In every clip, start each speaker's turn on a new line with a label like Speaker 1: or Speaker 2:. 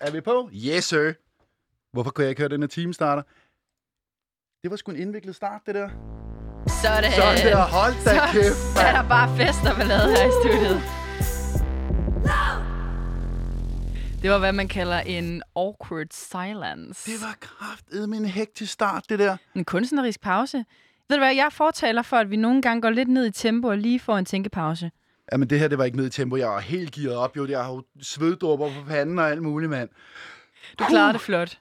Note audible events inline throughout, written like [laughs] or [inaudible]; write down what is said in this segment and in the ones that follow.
Speaker 1: Er vi på? Yes, sir. Hvorfor kunne jeg ikke høre den her time starter? Det var sgu en indviklet start, det der.
Speaker 2: Sådan.
Speaker 1: Sådan der. Hold da
Speaker 2: Så-
Speaker 1: kæft,
Speaker 2: Så [laughs] er der bare fest og ballade her i studiet. Det var, hvad man kalder en awkward silence.
Speaker 1: Det var kraftedeme en hektisk start, det der.
Speaker 2: En kunstnerisk pause. Ved du hvad, jeg fortaler for, at vi nogle gange går lidt ned i tempo og lige får en tænkepause.
Speaker 1: Jamen, det her, det var ikke ned i tempo. Jeg var helt gearet op, jo. Jeg har jo sveddråber på panden og alt muligt, mand.
Speaker 2: Du klarede det flot.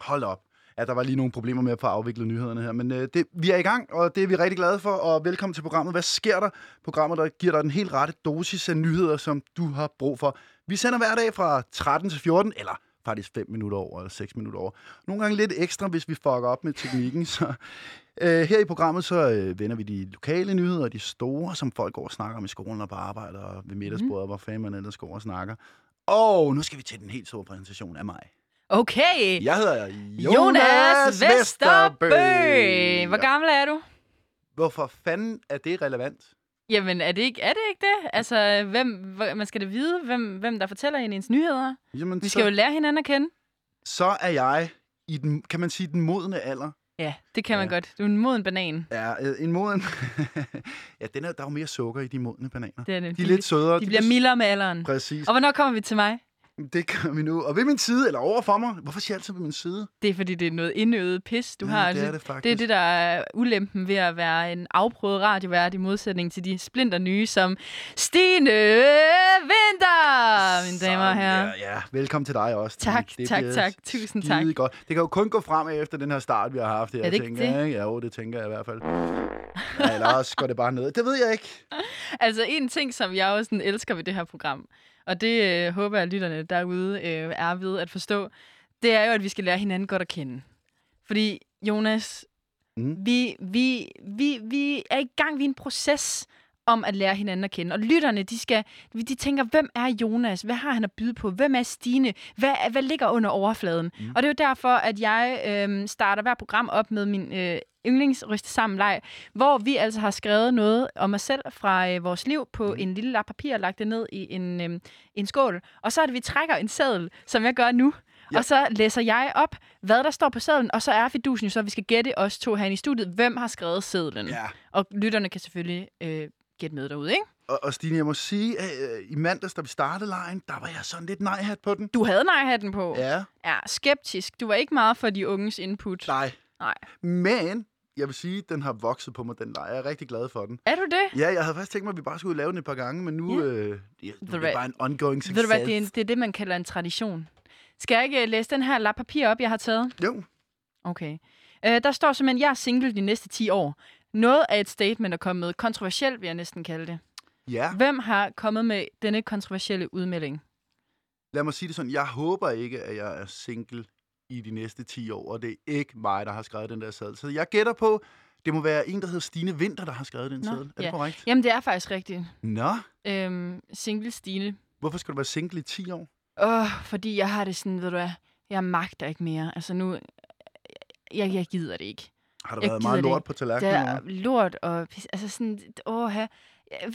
Speaker 1: Hold op. Ja, der var lige nogle problemer med at få afviklet nyhederne her. Men øh, det, vi er i gang, og det er vi rigtig glade for. Og velkommen til programmet. Hvad sker der? Programmet, der giver dig den helt rette dosis af nyheder, som du har brug for. Vi sender hver dag fra 13 til 14, eller faktisk 5 minutter over, eller 6 minutter over. Nogle gange lidt ekstra, hvis vi fucker op med teknikken. Så [laughs] øh, her i programmet, så øh, vender vi de lokale nyheder, og de store, som folk går og snakker om i skolen og på arbejde, og ved middagsbordet, mm. hvor fanden man ellers går og snakker. Og nu skal vi til den helt store præsentation af mig.
Speaker 2: Okay.
Speaker 1: Jeg hedder Jonas,
Speaker 2: Jonas
Speaker 1: Vesterbø.
Speaker 2: Vesterbø. Hvor gammel er du?
Speaker 1: Hvorfor fanden er det relevant?
Speaker 2: Jamen, er det ikke, er det, ikke det? Altså, hvem, hvor- man skal da vide, hvem, hvem der fortæller en ens nyheder.
Speaker 1: Jamen,
Speaker 2: Vi skal
Speaker 1: så,
Speaker 2: jo lære hinanden at kende.
Speaker 1: så er jeg i den, kan man sige, den modne alder.
Speaker 2: Ja, det kan man
Speaker 1: Ja.
Speaker 2: godt. Du er en moden banan.
Speaker 1: Ja, øh, en moden... [laughs] ja, den er, der er jo mere sukker i de modne bananer.
Speaker 2: Det er nemlig.
Speaker 1: De er lidt sødere.
Speaker 2: de bliver mildere med alderen.
Speaker 1: Præcis.
Speaker 2: Og hvornår kommer vi til mig?
Speaker 1: Det gør vi nu. Og ved min side, eller over for mig. Hvorfor siger jeg altid ved min side?
Speaker 2: Det er, fordi det er noget indøvet pis, du
Speaker 1: Ja,
Speaker 2: har.
Speaker 1: det er
Speaker 2: Altså,
Speaker 1: det faktisk.
Speaker 2: det er det, der er ulempen ved at være en afprøvet radiovært i modsætning til de splinter nye som Stine Vinter, Ah, mine damer og
Speaker 1: Sådan
Speaker 2: herrer.
Speaker 1: der, Ja, velkommen til dig også.
Speaker 2: Tak,
Speaker 1: Tilly.
Speaker 2: tak,
Speaker 1: bliver
Speaker 2: tak. Tusind tak.
Speaker 1: skide Godt. Det kan jo kun gå frem efter den her start, vi har haft her,
Speaker 2: Er det ikke
Speaker 1: tænker jeg. ikke? Ja, jo, det tænker jeg i hvert fald. Ja, eller også går det bare ned. Det ved jeg ikke.
Speaker 2: [laughs] Altså en ting, som jeg også sådan elsker ved det her program, og det øh, håber jeg, at lytterne derude øh, er ved at forstå, det er jo, at vi skal lære hinanden godt at kende. Fordi, Jonas,
Speaker 1: Mm.
Speaker 2: mm. vi, vi, vi, vi er i gang, vi er i en proces om at lære hinanden at kende. Og lytterne, de, skal, de tænker, hvem er Jonas? Hvad har han at byde på? Hvem er Stine? Hvad, er- hvad ligger under overfladen? Mm. Og det er jo derfor, at jeg øh, starter hver program op med min øh, yndlingsryste sammen leg, hvor vi altså har skrevet noget om os selv fra øh, vores liv på en lille lap papir og lagt det ned i en, øh, en skål. Og så er det, vi trækker en seddel, som jeg gør nu.
Speaker 1: Ja.
Speaker 2: Ja. Og så læser jeg op, hvad der står på sedlen, og så er fidusen jo så, at vi skal gætte os to herinde i studiet, hvem har skrevet sedlen.
Speaker 1: Ja.
Speaker 2: Og lytterne kan selvfølgelig øh, gætte med derude, ikke?
Speaker 1: Og, og Stine, jeg må sige, at øh, i mandags, da vi startede lejen, der var jeg sådan lidt nej-hat på den.
Speaker 2: Du havde nej-hatten på.
Speaker 1: Ja,
Speaker 2: ja. skeptisk. Du var ikke meget for de unges input.
Speaker 1: nej.
Speaker 2: Nej.
Speaker 1: Men jeg vil sige, at den har vokset på mig, den leg. Jeg er rigtig glad for den.
Speaker 2: Er du det?
Speaker 1: Ja, jeg havde faktisk tænkt mig, at vi bare skulle lave den et par gange, men nu, øh, ja, nu er det
Speaker 2: hvad?
Speaker 1: bare en ongoing
Speaker 2: Ved
Speaker 1: success.
Speaker 2: du hvad, det er, en, det er det, man kalder en tradition. Skal jeg ikke øh, læse den her lap papir op, jeg har taget?
Speaker 1: Jo,
Speaker 2: Okay. Øh, der står simpelthen, jeg er single de næste 10 år. Noget af et statement at komme med. Kontroversielt vil jeg næsten kalde det.
Speaker 1: ja.
Speaker 2: Hvem har kommet med denne kontroversielle udmelding?
Speaker 1: Lad mig sige det sådan. Jeg håber ikke, at jeg er single i de næste 10 år, og det er ikke mig, der har skrevet den der sædel. Så jeg gætter på, det må være en, der hedder Stine Vinter, der har skrevet den
Speaker 2: Nå,
Speaker 1: sædel. Er
Speaker 2: ja.
Speaker 1: det korrekt?
Speaker 2: Jamen, det er faktisk rigtigt.
Speaker 1: Nå,
Speaker 2: Øhm, single Stine.
Speaker 1: hvorfor skal du være single i 10 år?
Speaker 2: Åh, fordi jeg har det sådan, ved du hvad, jeg magter ikke mere. Altså nu, jeg, jeg gider det ikke.
Speaker 1: Har der
Speaker 2: Jeg
Speaker 1: været
Speaker 2: gider
Speaker 1: meget
Speaker 2: det
Speaker 1: lort
Speaker 2: ikke.
Speaker 1: på
Speaker 2: Der
Speaker 1: tallerkenen?
Speaker 2: er lort og pis. Altså sådan, åh, jeg,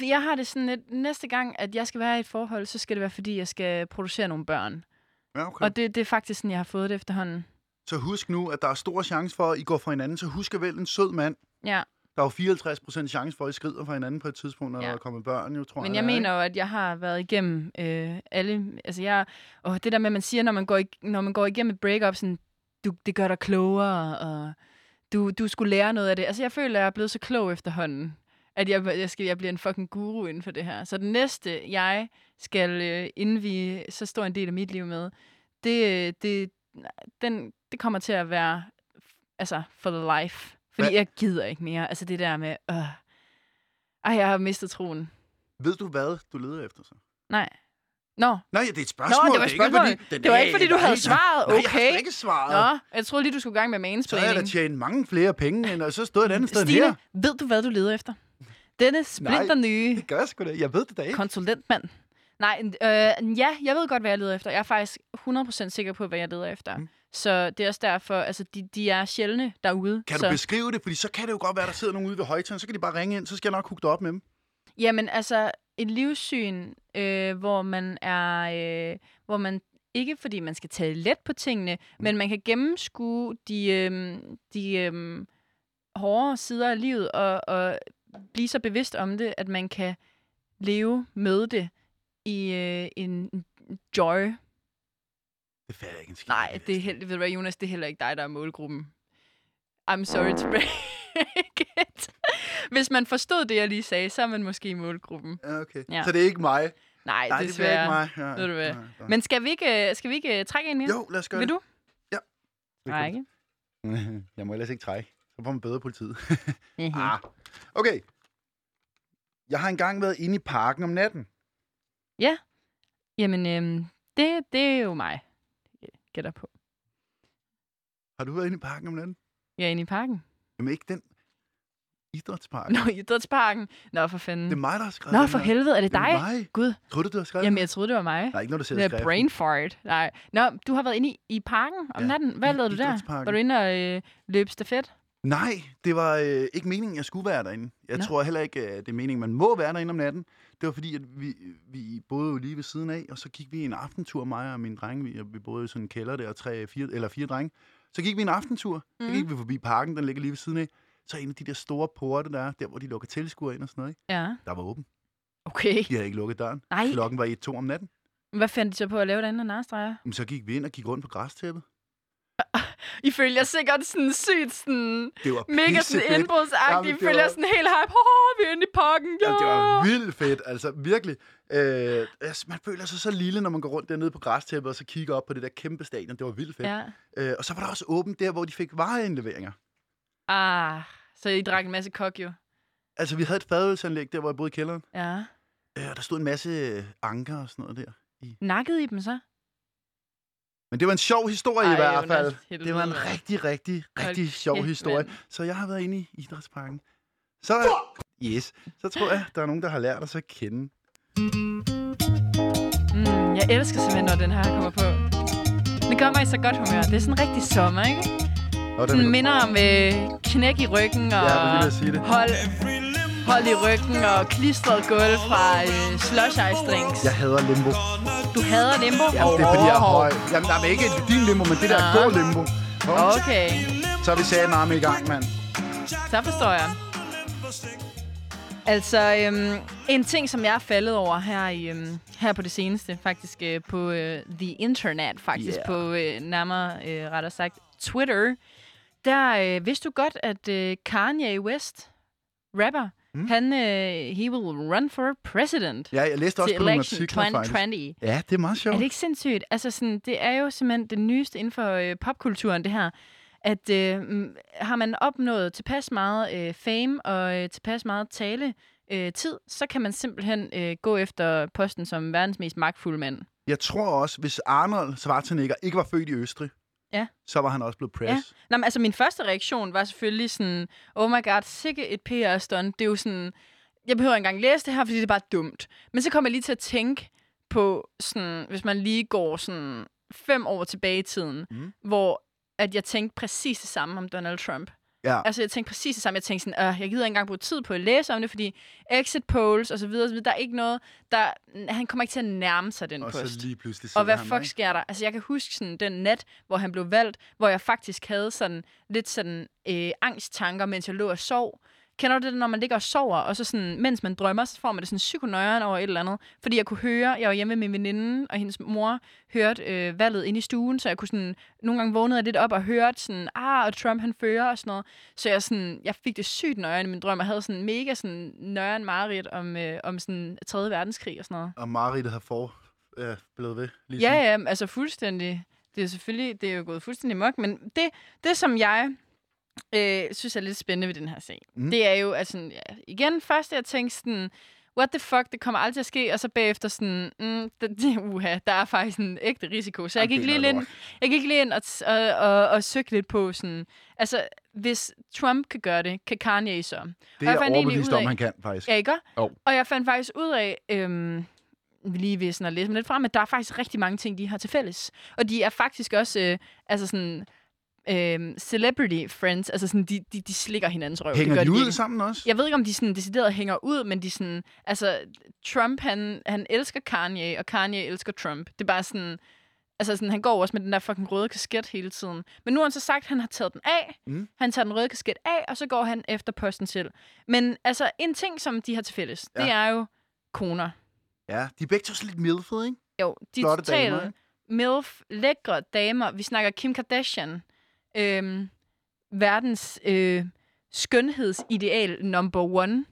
Speaker 2: jeg har det sådan lidt, næste gang, at jeg skal være i et forhold, så skal det være, fordi jeg skal producere nogle børn.
Speaker 1: Ja, okay.
Speaker 2: Og det, det er faktisk sådan, jeg har fået det efterhånden.
Speaker 1: Så husk nu, at der er stor chance for, at I går fra hinanden. Så husk at vælge en sød mand.
Speaker 2: Ja,
Speaker 1: Der er jo 54 procent chance for, at I skrider fra hinanden på et tidspunkt, når ja.
Speaker 2: Ja.
Speaker 1: der er kommet børn, jo, tror
Speaker 2: men jeg
Speaker 1: det er,
Speaker 2: mener jo, at jeg har været igennem øh, alle... Altså jeg, åh, det der med, at man siger, når man går, ig- når man går igennem et breakup, sådan, du, det gør dig klogere, og du, du skulle lære noget af det. Altså jeg føler, at jeg er blevet så klog efterhånden, at jeg, jeg, skal, jeg bliver en fucking guru inden for det her. Så det næste, jeg skal øh, indvige så stor en del af mit liv med, det, øh, det, den, det kommer til at være altså, for the life. Fordi
Speaker 1: Hvad-
Speaker 2: jeg gider ikke mere. Altså det der med, øh, ej, jeg har mistet troen.
Speaker 1: Ikke? Ved du, hvad du leder efter så?
Speaker 2: Nej. Nå,
Speaker 1: Nej, det er et
Speaker 2: Nå
Speaker 1: spørgsmål.
Speaker 2: det var
Speaker 1: er ikke,
Speaker 2: spørgsmålet.
Speaker 1: fordi-
Speaker 2: Det, det var ikke, fordi du havde svaret.
Speaker 1: Nej, jeg har
Speaker 2: Okay.
Speaker 1: slet ikke svaret.
Speaker 2: Nå, jeg troede lige, du skulle i gang
Speaker 1: Så
Speaker 2: med
Speaker 1: havde jeg da
Speaker 2: mansplaining.
Speaker 1: tjent mange flere penge, end og så stod et andet sted end her.
Speaker 2: Stine, ved du, hvad du leder efter? Denne splinter nye
Speaker 1: Det gør jeg sgu da. Jeg ved det da ikke.
Speaker 2: konsulentmand. Nej, øh, ja, jeg ved godt, hvad jeg leder efter. Jeg er faktisk 100% sikker på, hvad jeg leder efter.
Speaker 1: Mm.
Speaker 2: Mm. Så det er også derfor, altså, de, de er sjældne derude.
Speaker 1: Kan
Speaker 2: så.
Speaker 1: du beskrive det? Fordi så kan det jo godt være, der sidder nogen ude ved højtøjen, så kan de bare ringe ind, så skal jeg nok hugge dig op med dem.
Speaker 2: Jamen altså, et livssyn, øh, hvor man er, øh, hvor man Ikke fordi man skal tage let på tingene, men man kan gennemskue de, øhm, de øhm, hårde sider af livet og, og blive så bevidst om det, at man kan leve med det i øh, en joy.
Speaker 1: Det fatter jeg ikke en skid.
Speaker 2: Nej, det er heller, ved du hvad, Jonas, det er heller ikke dig, der er målgruppen. I'm sorry to break [laughs] it. Hvis man forstod det, jeg lige sagde, så er man måske i målgruppen.
Speaker 1: Ja, Okay.
Speaker 2: Ja.
Speaker 1: Ja. Så det er ikke mig.
Speaker 2: Nej,
Speaker 1: Nej, det er
Speaker 2: desværre.
Speaker 1: ikke mig. Ja,
Speaker 2: Ved du hvad?
Speaker 1: nej, nej.
Speaker 2: Men skal vi ikke, skal vi ikke øh, trække en mere?
Speaker 1: Jo, lad os gøre
Speaker 2: Vil du?
Speaker 1: det.
Speaker 2: Række.
Speaker 1: [laughs] Jeg må ellers ikke trække. Så får man bedre
Speaker 2: [laughs]
Speaker 1: politiet. ah. Okay. Jeg har engang været inde i parken om natten.
Speaker 2: Jamen, øhm, det, det er jo mig. Jeg Gætter på.
Speaker 1: Har du været inde i parken om natten?
Speaker 2: Jeg er inde i parken.
Speaker 1: Jamen ikke den idrætspark.
Speaker 2: Nå, i idrætsparken. Nå, for fanden.
Speaker 1: Det er mig, der har skrevet
Speaker 2: Nå,
Speaker 1: den
Speaker 2: for
Speaker 1: her.
Speaker 2: helvede, er det
Speaker 1: Det er
Speaker 2: dig?
Speaker 1: mig.
Speaker 2: Gud,
Speaker 1: Tror du, du har skrevet
Speaker 2: jamen
Speaker 1: den?
Speaker 2: jeg troede, det var mig.
Speaker 1: Nej, ikke når du ser
Speaker 2: Det er
Speaker 1: skriften.
Speaker 2: brain fart. Nej. Nå, du har været inde i, i parken om
Speaker 1: Ja,
Speaker 2: natten. Hvad
Speaker 1: i
Speaker 2: lavede du der?
Speaker 1: idrætsparken.
Speaker 2: Var du inde og øh, løb stafet?
Speaker 1: Nej, det var øh, ikke meningen, jeg skulle være derinde. Jeg
Speaker 2: Nå.
Speaker 1: Nå. tror heller ikke, øh, det er meningen, man må være derinde om natten. Det var fordi, at vi, vi boede jo lige ved siden af, og så gik vi en aftentur, mig og mine drenge. Vi, vi boede i sådan en kælder der, tre, fire, eller fire drenge. Så gik vi en aftentur. Mm. Så
Speaker 2: Mhm.
Speaker 1: gik vi forbi parken, den ligger lige ved siden af. Så en af de der store porte, der er, der hvor de lukker tilskuere ind og sådan noget, ikke?
Speaker 2: Ja.
Speaker 1: der var åben.
Speaker 2: Okay.
Speaker 1: De havde ikke lukket døren.
Speaker 2: Nej,
Speaker 1: Klokken var 1-2 om natten.
Speaker 2: hvad fandt de så på at lave derinde og narstreger?
Speaker 1: Men så gik vi ind og gik rundt på græstæppet.
Speaker 2: I følger sikkert sådan sygt sådan...
Speaker 1: Det var
Speaker 2: Mega sådan
Speaker 1: pissefedt.
Speaker 2: indbrudsagtigt.
Speaker 1: Jamen,
Speaker 2: I
Speaker 1: det
Speaker 2: følger
Speaker 1: var-
Speaker 2: sådan helt hype. Haha, vi er inde i parken. Ja.
Speaker 1: Jamen, det var vildt fedt, altså virkelig. Øh, altså, man føler sig så lille, når man går rundt dernede på græstæppet, og så kigger op på det der kæmpe stadion. Det var vildt fedt. Ja.
Speaker 2: Ja.
Speaker 1: Øh, og så var der også åbent der, hvor de fik vareindleveringer.
Speaker 2: Ah, så I drak en masse kok jo.
Speaker 1: Altså, vi havde et fadølsanlæg der, hvor jeg boede i kælderen.
Speaker 2: Ja.
Speaker 1: Øh, og der stod en masse øh, anker og sådan noget der.
Speaker 2: Nakkede I dem så?
Speaker 1: Men det var en sjov historie Ej, i
Speaker 2: Ej,
Speaker 1: hvert
Speaker 2: Jonas,
Speaker 1: fald.
Speaker 2: helvede,
Speaker 1: det var en
Speaker 2: mand.
Speaker 1: rigtig, rigtig, rigtig
Speaker 2: Hold
Speaker 1: sjov
Speaker 2: kæft,
Speaker 1: historie.
Speaker 2: mand.
Speaker 1: Så jeg har været inde i idrætsparken. Så, yes, så tror jeg, der er nogen, der har lært os at kende.
Speaker 2: Mm, jeg elsker simpelthen, når den her kommer på. Det gør mig i så godt humør. Det er sådan rigtig sommer, ikke?
Speaker 1: Og
Speaker 2: Den minder om øh, knæk i ryggen og
Speaker 1: Ja, jeg var lige ved at sige det.
Speaker 2: hold, hold i ryggen og klistret gulv fra øh, slush ice drinks.
Speaker 1: Jeg hader limbo.
Speaker 2: Du hader limbo?
Speaker 1: Jamen, det er fordi, jeg er høj. Jamen, der er ikke din limbo, men det der
Speaker 2: Nå.
Speaker 1: ja. god limbo. Kom,
Speaker 2: Okay,
Speaker 1: Så er vi sagde meget i gang, mand.
Speaker 2: så forstår jeg. Altså, øhm, en ting, som jeg er faldet over her, i, øhm, her på det seneste, faktisk øh, på øh, The Internet, faktisk
Speaker 1: Yeah.
Speaker 2: yeah. på øh, nærmere øh, rettere sagt Twitter, der øh, vidste du godt, at øh, Kanye West, rapper, mm. han, øh, he will run for president
Speaker 1: Ja, jeg læste også
Speaker 2: til
Speaker 1: på nogle
Speaker 2: election
Speaker 1: artikler, faktisk.
Speaker 2: 2020.
Speaker 1: Ja, det er meget sjovt.
Speaker 2: Er det ikke sindssygt? Altså, sådan, det er jo simpelthen det nyeste inden for øh, popkulturen, det her. At øh, mm, har man opnået tilpas meget øh, fame og øh, tilpas meget tale øh, tid, så kan man simpelthen øh, gå efter posten som verdens mest magtfulde mand.
Speaker 1: Jeg tror også, hvis Arnold Schwarzenegger ikke var født i Østrig,
Speaker 2: Ja.
Speaker 1: så var han også blevet press. Ja.
Speaker 2: Nå, men, altså, min første reaktion var selvfølgelig sådan, oh my god, sikke et PR-stunt. Det er jo sådan, jeg behøver ikke engang læse det her, fordi det er bare dumt. Men så kom jeg lige til at tænke på, sådan, hvis man lige går sådan fem år tilbage i tiden, mm.
Speaker 1: Mhm.
Speaker 2: hvor at jeg tænkte præcis det samme om Donald Trump.
Speaker 1: Ja.
Speaker 2: Altså, jeg tænkte præcis det samme. Jeg tænkte sådan, "Åh, jeg gider ikke engang bruge tid på at læse om det, fordi exit polls og så videre, og så videre, der er ikke noget, der... Han kommer ikke til at nærme sig den
Speaker 1: Og
Speaker 2: post.
Speaker 1: så lige pludselig sidder
Speaker 2: Og hvad
Speaker 1: han der,
Speaker 2: fuck sker der? Altså, jeg kan huske sådan den nat, hvor han blev valgt, hvor jeg faktisk havde sådan lidt sådan øh, angsttanker, mens jeg lå og sov. Kender du det, når man ligger og sover, og så sådan, mens man drømmer, så får man det sådan psykonøjeren over et eller andet? Fordi jeg kunne høre, jeg var hjemme med min veninde, og hendes mor hørte øh, valget inde i stuen, så jeg kunne sådan, nogle gange vågnede jeg lidt op og hørte sådan, ah, og Trump han fører og sådan noget. Så jeg, sådan, jeg fik det sygt nøjeren i min drøm, og havde sådan mega sådan nøjeren mareridt om, øh, om sådan 3. verdenskrig og sådan noget.
Speaker 1: ikke? Og Marie, der har for, øh, blevet ved. Lige
Speaker 2: Ja, ja, men altså fuldstændig. Det er selvfølgelig, det er jo gået fuldstændig mok, men det, det som jeg øh, synes er lidt spændende ved den her sag, mm.
Speaker 1: Mm.
Speaker 2: det er jo, at sådan, ja, igen, først jeg tænkte sådan, what the fuck, det kommer aldrig til at ske, og så bagefter sådan, mm, det, det, uha, der er faktisk en ægte risiko. Så jeg
Speaker 1: Jamen,
Speaker 2: gik,
Speaker 1: det er
Speaker 2: lige
Speaker 1: noget
Speaker 2: ind, jeg gik lige ind og, t- og, og, og søgte lidt på sådan, altså, hvis Trump kan gøre det, kan Kanye så?
Speaker 1: Det
Speaker 2: Og
Speaker 1: er jeg
Speaker 2: jeg fandt egentlig
Speaker 1: overbevist
Speaker 2: ud
Speaker 1: om,
Speaker 2: af-
Speaker 1: han kan, faktisk.
Speaker 2: Ja, ikke?
Speaker 1: Jo.
Speaker 2: Og jeg fandt faktisk ud af, øhm, lige ved sådan at læse mig lidt frem, at der er faktisk rigtig mange ting, de har til fælles. Og de er faktisk også øh, altså sådan, øh, celebrity friends. Altså sådan, de, de, de slikker hinandens røv.
Speaker 1: Hænger
Speaker 2: det
Speaker 1: de ud
Speaker 2: virkelig.
Speaker 1: sammen også?
Speaker 2: Jeg ved ikke, om de sådan decideret hænger ud, men de sådan... Altså, Trump, han, han elsker Kanye, og Kanye elsker Trump. Det er bare sådan... Altså, sådan, han går også med den der fucking røde kasket hele tiden. Men nu har han så sagt, at han har taget den af.
Speaker 1: Mm.
Speaker 2: Mm. Han tager den røde kasket af, og så går han efter posten selv. Men altså, en ting, som de har til fælles, ja. det
Speaker 1: Ja.
Speaker 2: er jo koner.
Speaker 1: Ja, de er begge to sådan lidt milfede, ikke?
Speaker 2: Jo, de er
Speaker 1: Flotte
Speaker 2: totale
Speaker 1: damer, ikke?
Speaker 2: milf, lækre damer. Vi snakker Kim Kardashian. Øhm, verdens øh, skønhedsideal number one.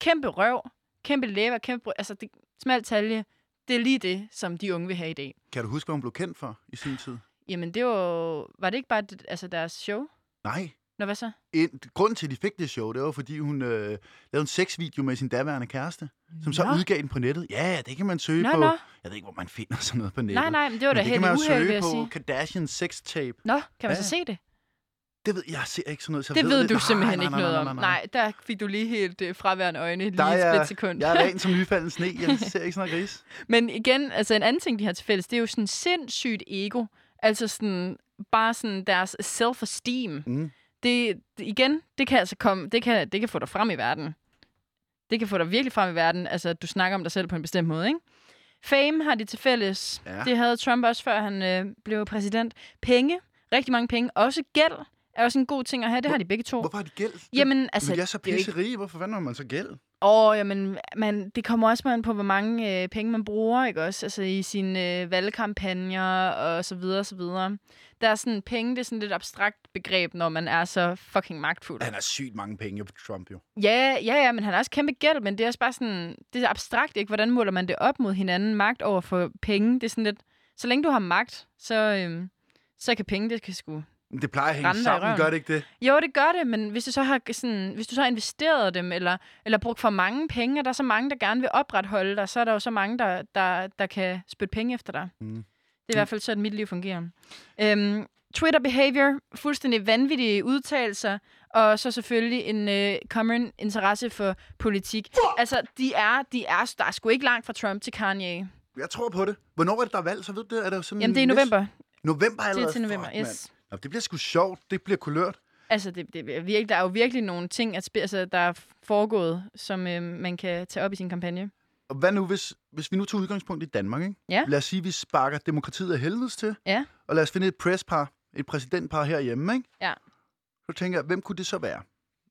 Speaker 2: Kæmpe røv, kæmpe læber, kæmpe... bry- Altså, det, smalt talje. Det er lige det, som de unge vil have i dag.
Speaker 1: Kan du huske, hvad hun blev kendt for i sin tid?
Speaker 2: Jamen, det var... Var det ikke bare det, altså deres show?
Speaker 1: Nej.
Speaker 2: Nå, hvad så?
Speaker 1: En, grunden til, at de fik det show, det var, fordi hun øh, lavede en sexvideo med sin daværende kæreste, som så
Speaker 2: Nå.
Speaker 1: udgav den på nettet. Ja, det kan man søge
Speaker 2: Nå,
Speaker 1: på.
Speaker 2: nå.
Speaker 1: Jeg ved ikke, hvor man finder sådan noget på nettet.
Speaker 2: Nej, nej, men det var da
Speaker 1: Men det kan
Speaker 2: helt
Speaker 1: man jo
Speaker 2: uheld, vil
Speaker 1: søge
Speaker 2: jeg
Speaker 1: på
Speaker 2: sige.
Speaker 1: Kardashian sex tape.
Speaker 2: Nå, kan man
Speaker 1: Ja,
Speaker 2: så se det?
Speaker 1: Det ved jeg ser ikke sådan noget. Så
Speaker 2: Det
Speaker 1: jeg
Speaker 2: ved
Speaker 1: lidt-
Speaker 2: du
Speaker 1: Nej,
Speaker 2: simpelthen
Speaker 1: nej,
Speaker 2: ikke
Speaker 1: nej,
Speaker 2: noget
Speaker 1: nej,
Speaker 2: om.
Speaker 1: nej, nej.
Speaker 2: Nej, der fik du lige helt øh, fraværende øjne
Speaker 1: Der
Speaker 2: lige
Speaker 1: er
Speaker 2: et
Speaker 1: jeg-
Speaker 2: split sekund.
Speaker 1: Jeg er ren
Speaker 2: [laughs]
Speaker 1: som nyfalden sne. Jeg ser ikke sådan noget gris.
Speaker 2: Men igen, altså en anden ting, de har til fælles, det er jo sådan sindssygt ego. Altså sådan, bare sådan deres self-esteem.
Speaker 1: Mm.
Speaker 2: Det, det- igen, det kan altså komme, det kan, det kan få dig frem i verden. Det kan få dig virkelig frem i verden, altså at du snakker om dig selv på en bestemt måde, ikke? Fame har de til fælles.
Speaker 1: Ja.
Speaker 2: Det havde Trump også, før han øh, blev præsident. Penge, rigtig mange penge. Også gæld er også en god ting at have, det har de begge to.
Speaker 1: Hvorfor har de gæld?
Speaker 2: Jamen, altså,
Speaker 1: Altså, Men jeg er så
Speaker 2: det er jo ikke-
Speaker 1: pisserige. Hvorfor fanden har man så gæld?
Speaker 2: Åh, jamen, man, det kommer også an på, hvor mange øh, penge man bruger, ikke også? Altså i sine øh, valgkampagner og så videre, så videre. Der er sådan, penge, det er sådan et lidt abstrakt begreb, når man er så fucking magtfuld.
Speaker 1: Han har sygt mange penge på Trump, jo.
Speaker 2: Ja, ja, ja, men han har også kæmpe gæld, men det er også bare sådan, det er abstrakt, ikke? Hvordan måler man det op mod hinanden? Magt over for penge, det er sådan lidt, så længe du har magt, så, øhm, så kan penge, det kan sgu
Speaker 1: Men Det plejer at hænge
Speaker 2: Rende dig i
Speaker 1: sammen,
Speaker 2: røven.
Speaker 1: gør det ikke det?
Speaker 2: Jo, det gør det, men hvis du så har sådan, hvis du så har investeret dem, eller, eller brugt for mange penge, og der er så mange, der gerne vil opretholde dig, så er der jo så mange, der, der, der kan spytte penge efter dig.
Speaker 1: Mm.
Speaker 2: Det er i hvert fald sådan, mit liv fungerer. Øhm, Twitter behavior, fuldstændig vanvittige udtalelser, og så selvfølgelig en øh, common interesse for politik. Altså, de er, de er, der er sgu ikke langt fra Trump til Kanye.
Speaker 1: Jeg tror på det. Hvornår er det, der er valg? Så ved det, er der jo sådan
Speaker 2: Jamen, det er i
Speaker 1: næste-
Speaker 2: november.
Speaker 1: November
Speaker 2: Det
Speaker 1: Mm, allerede?
Speaker 2: er til november,
Speaker 1: Fuck,
Speaker 2: yes.
Speaker 1: mand. Nå, det bliver sgu sjovt. Det bliver kulørt.
Speaker 2: Altså, det, det er virkelig, der er jo virkelig nogle ting, at spe, altså, der er foregået, som øh, man kan tage op i sin kampagne.
Speaker 1: Og hvad nu, hvis, hvis vi nu tog udgangspunkt i Danmark, ikke?
Speaker 2: Ja.
Speaker 1: Lad os sige, at vi sparker demokratiet af helvedes til.
Speaker 2: Ja.
Speaker 1: Og lad os finde et presspar, et præsidentpar herhjemme, ikke?
Speaker 2: Ja.
Speaker 1: Så tænker jeg, hvem kunne det så være?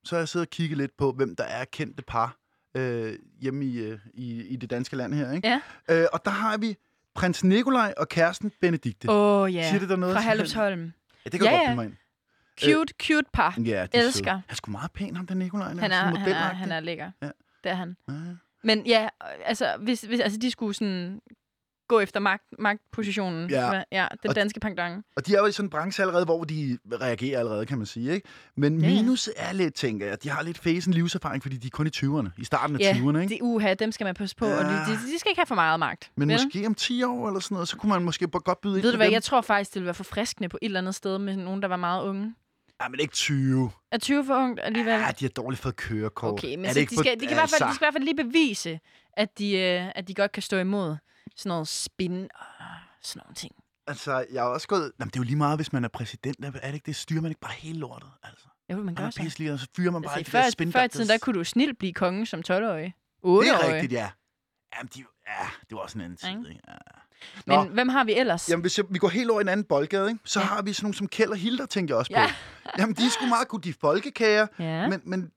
Speaker 1: Så har jeg siddet og kigget lidt på, hvem der er kendte par øh, hjemme i, øh, i, i det danske land her, ikke?
Speaker 2: Ja.
Speaker 1: Øh, og der har vi prins Nikolaj og kæresten Benedikte.
Speaker 2: Åh, oh, ja.
Speaker 1: Siger det dig noget?
Speaker 2: Fra
Speaker 1: Sofie?
Speaker 2: Herlufsholm.
Speaker 1: Ja, det kan ja,
Speaker 2: Ja,
Speaker 1: godt
Speaker 2: ja.
Speaker 1: blive mig ind.
Speaker 2: Cute, øh, cute par. Han
Speaker 1: Ja, de er søde.
Speaker 2: Elsker.
Speaker 1: Han er sgu meget pæn, ham der Nikolaj.
Speaker 2: er, han er, han er lækker.
Speaker 1: Ja.
Speaker 2: Ja. Det er han.
Speaker 1: er...
Speaker 2: Men ja, øh, altså, hvis, hvis altså, de skulle sådan gå efter magt, magtpositionen.
Speaker 1: Ja.
Speaker 2: Hva- ja den
Speaker 1: Og-
Speaker 2: danske pendant.
Speaker 1: Og de er jo i sådan en branche allerede, hvor de reagerer allerede, kan man sige. Ikke? Men
Speaker 2: Ja, ja.
Speaker 1: minus er lidt, tænker jeg, at de har lidt fæsen livserfaring, fordi de er kun i 20'erne. I starten af
Speaker 2: Ja,
Speaker 1: 20'erne, ikke?
Speaker 2: De uha, dem skal man passe på. Ja. Og
Speaker 1: Ja.
Speaker 2: de, de, de, skal ikke have for meget magt.
Speaker 1: Men
Speaker 2: vel?
Speaker 1: måske om 10 år eller sådan noget, så kunne man måske godt byde ind på
Speaker 2: Ved du hvad,
Speaker 1: dem.
Speaker 2: jeg tror faktisk, det ville være forfriskende på et eller andet sted med nogen, der var meget unge.
Speaker 1: Ja, men ikke 20.
Speaker 2: Er 20 for ungt alligevel?
Speaker 1: Ja, de har dårligt fået kørekort.
Speaker 2: Okay, men
Speaker 1: Er det
Speaker 2: så
Speaker 1: ikke
Speaker 2: de,
Speaker 1: for-
Speaker 2: skal, de, kan i hvert fald, de
Speaker 1: altså,
Speaker 2: skal i hvert fald lige bevise, at de, øh, at de godt kan stå imod sådan noget spin og sådan nogle ting.
Speaker 1: Altså, jeg har også gået... Jamen, det er jo lige meget, hvis man er præsident. Er det ikke det? Styrer man ikke bare hele lortet, altså?
Speaker 2: Jo, man
Speaker 1: Man
Speaker 2: gør
Speaker 1: er
Speaker 2: så.
Speaker 1: pisselig, og så fyrer man bare
Speaker 2: Altså, i
Speaker 1: de der
Speaker 2: før, før i
Speaker 1: spindoktorer.
Speaker 2: tiden, der kunne du snilt blive konge som 12-årig.
Speaker 1: Det er
Speaker 2: 8-årig.
Speaker 1: rigtigt, ja. Jamen, de... ja, det var også en anden tid,
Speaker 2: Ikke?
Speaker 1: ikke? Ja. Nå.
Speaker 2: Men hvem har vi ellers?
Speaker 1: Jamen, hvis jeg, vi går helt over i en anden boldgade, ikke? så ja.
Speaker 2: Ja.
Speaker 1: har vi sådan nogle som Kjeld og Hilder, tænker jeg også på.
Speaker 2: Ja.
Speaker 1: Jamen, de er sgu meget gode, de er folkekager, ja.
Speaker 2: Ja.
Speaker 1: men, men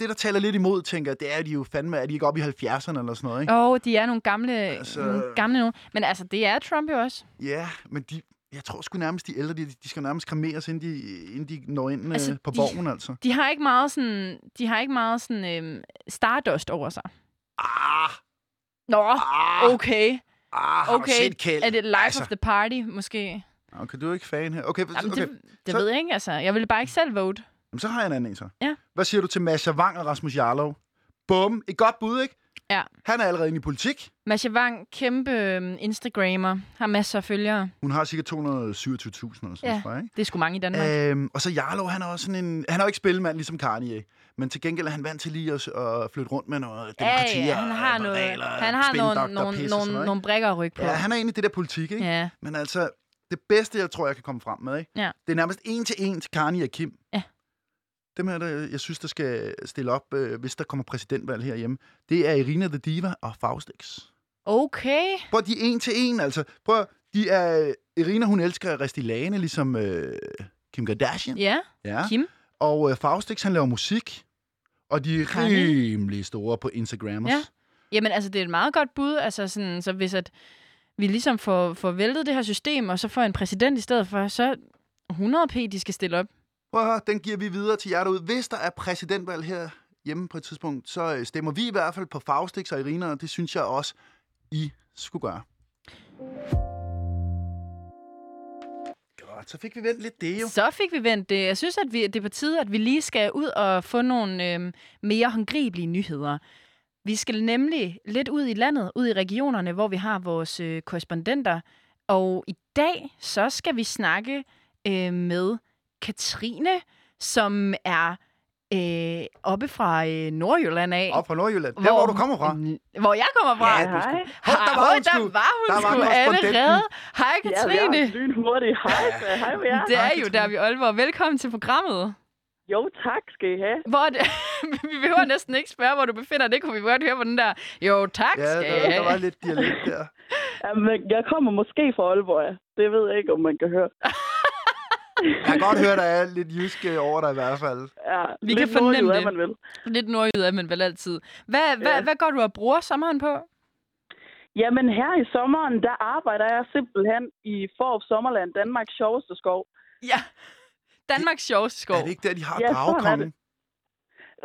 Speaker 1: det, der taler lidt imod, tænker jeg, det er, at de jo fandme, er de ikke oppe i 70'erne eller sådan noget, ikke?
Speaker 2: Åh, oh, de er nogle gamle,
Speaker 1: Altså-
Speaker 2: altså... nogle gamle nogen. Men altså, det er Trump jo også.
Speaker 1: Ja, men de, jeg tror sgu nærmest, de ældre, de, de skal nærmest kremeres, inden de, inden de når ind altså,
Speaker 2: Altså,
Speaker 1: på
Speaker 2: de-
Speaker 1: borgen, altså.
Speaker 2: De har ikke meget sådan, de har ikke meget sådan øhm, stardust over sig.
Speaker 1: Ah,
Speaker 2: Nå,
Speaker 1: ah,
Speaker 2: okay.
Speaker 1: ah, har du
Speaker 2: Okay,
Speaker 1: set Kjeld?
Speaker 2: Er det life
Speaker 1: altså,
Speaker 2: of the party, måske?
Speaker 1: Nå, kan du er ikke fan her? Okay, Jamen,
Speaker 2: Jamen,
Speaker 1: okay.
Speaker 2: det, det
Speaker 1: Så-
Speaker 2: ved jeg ikke, altså. Jeg ville bare ikke selv vote.
Speaker 1: Jamen, så har jeg en anden en, så.
Speaker 2: Ja.
Speaker 1: Hvad siger du til Masha Wang og Rasmus Jarlov? Bum, et godt bud, ikke?
Speaker 2: Ja.
Speaker 1: Han er allerede inde i politik.
Speaker 2: Masha Wang, kæmpe øhm, Instagrammer, har masser af følgere.
Speaker 1: Hun har cirka 227.000 eller sådan
Speaker 2: Ja.
Speaker 1: noget, ikke?
Speaker 2: Det er sgu mange i Danmark. Øh,
Speaker 1: Øhm, og så Jarlov, han er også sådan en... Han er jo ikke spillemand, ligesom Kanye. Men til gengæld er han vant til lige at, at flytte rundt med noget demokrati og
Speaker 2: han har,
Speaker 1: og
Speaker 2: noget,
Speaker 1: regler,
Speaker 2: han har nogle,
Speaker 1: spindoktor,
Speaker 2: nogle,
Speaker 1: pis og sådan
Speaker 2: nogle,
Speaker 1: noget,
Speaker 2: nogle brækker at rykke på.
Speaker 1: ikke? Ja, han er egentlig det der politik, ikke?
Speaker 2: ja.
Speaker 1: Men altså, det bedste, jeg tror, jeg kan komme frem med, ikke?
Speaker 2: Ja.
Speaker 1: Det er nærmest en til en til Kanye og Kim.
Speaker 2: Ja.
Speaker 1: Dem her, der, jeg synes, der skal stille op, øh, hvis der kommer præsidentvalg herhjemme, det er Irina The Diva og Faustix.
Speaker 2: Okay.
Speaker 1: Prøv, at- de er en til en, altså. Prøv, at- De er, Irina, hun elsker Restilane, ligesom øh, Kim Kardashian.
Speaker 2: Ja,
Speaker 1: Ja.
Speaker 2: Kim.
Speaker 1: Og øh, Faustix, han laver musik. Og de er
Speaker 2: Kanye.
Speaker 1: rimelig store på Instagram.
Speaker 2: Ja. Jamen, altså, det er et meget godt bud. Altså, sådan, så hvis at vi ligesom får, får væltet det her system, og så får en præsident i stedet for, så 100 p, de skal stille op.
Speaker 1: Prøv at høre, den giver vi videre til jer derude. Hvis der er præsidentvalg her hjemme på et tidspunkt, så øh, stemmer vi i hvert fald på Faustix og Irina, og det synes jeg også, I skulle gøre. Godt, så fik vi vendt lidt det jo.
Speaker 2: Så fik vi vendt det. Jeg synes, at vi, det er på tide, at vi lige skal ud og få nogle øhm, mere håndgribelige nyheder. Vi skal nemlig lidt ud i landet, ud i regionerne, hvor vi har vores øh, korrespondenter. Og i dag, så skal vi snakke øh, med Katrine, som er øh, oppe fra øh, Nordjylland af.
Speaker 1: Op fra Nordjylland, der hvor du kommer fra.
Speaker 2: Hvor jeg kommer fra?
Speaker 1: Ja, du skal-
Speaker 3: Hej.
Speaker 1: Hov, der var
Speaker 2: Hej,
Speaker 1: hun sgu.
Speaker 2: der var hun
Speaker 1: Der var
Speaker 2: sgu
Speaker 1: korrespondenten.
Speaker 2: allerede. Hej
Speaker 3: Ja,
Speaker 2: Katrine.
Speaker 3: vi er lynhurtigt. Hej, så- hej med jer.
Speaker 2: det
Speaker 1: Hej,
Speaker 2: er jo
Speaker 1: Katrine.
Speaker 2: der, vi er i Aalborg. Velkommen til programmet.
Speaker 3: Jo, tak skal I have.
Speaker 2: Hvor er det, [laughs] vi behøver næsten ikke spørge, hvor du befinder dig. Det kunne vi godt høre på den der. Jo, tak
Speaker 1: Ja,
Speaker 2: skal
Speaker 1: der,
Speaker 2: jeg
Speaker 1: der var
Speaker 2: have.
Speaker 1: lidt dialekt der.
Speaker 3: Jamen, jeg kommer måske fra Aalborg. ja. Det ved jeg ikke, om man kan høre.
Speaker 1: Jeg kan godt høre, der er lidt jysk øh, over dig i hvert fald.
Speaker 3: Ja,
Speaker 2: Vi
Speaker 3: lidt
Speaker 2: kan fornemme
Speaker 3: nordjyde
Speaker 2: det.
Speaker 3: Er man vel.
Speaker 2: Lidt nordjyd er man vel altid. Hvad, hvad,
Speaker 3: Ja.
Speaker 2: hvad går du og bruger sommeren på?
Speaker 3: Jamen, her i sommeren, der arbejder jeg simpelthen i Forop Sommerland, Danmarks sjoveste skov.
Speaker 2: Ja, Danmarks sjoveste skov.
Speaker 1: Er det ikke der, de har
Speaker 3: Ja,
Speaker 1: ja,
Speaker 3: sådan er
Speaker 1: dragekongen?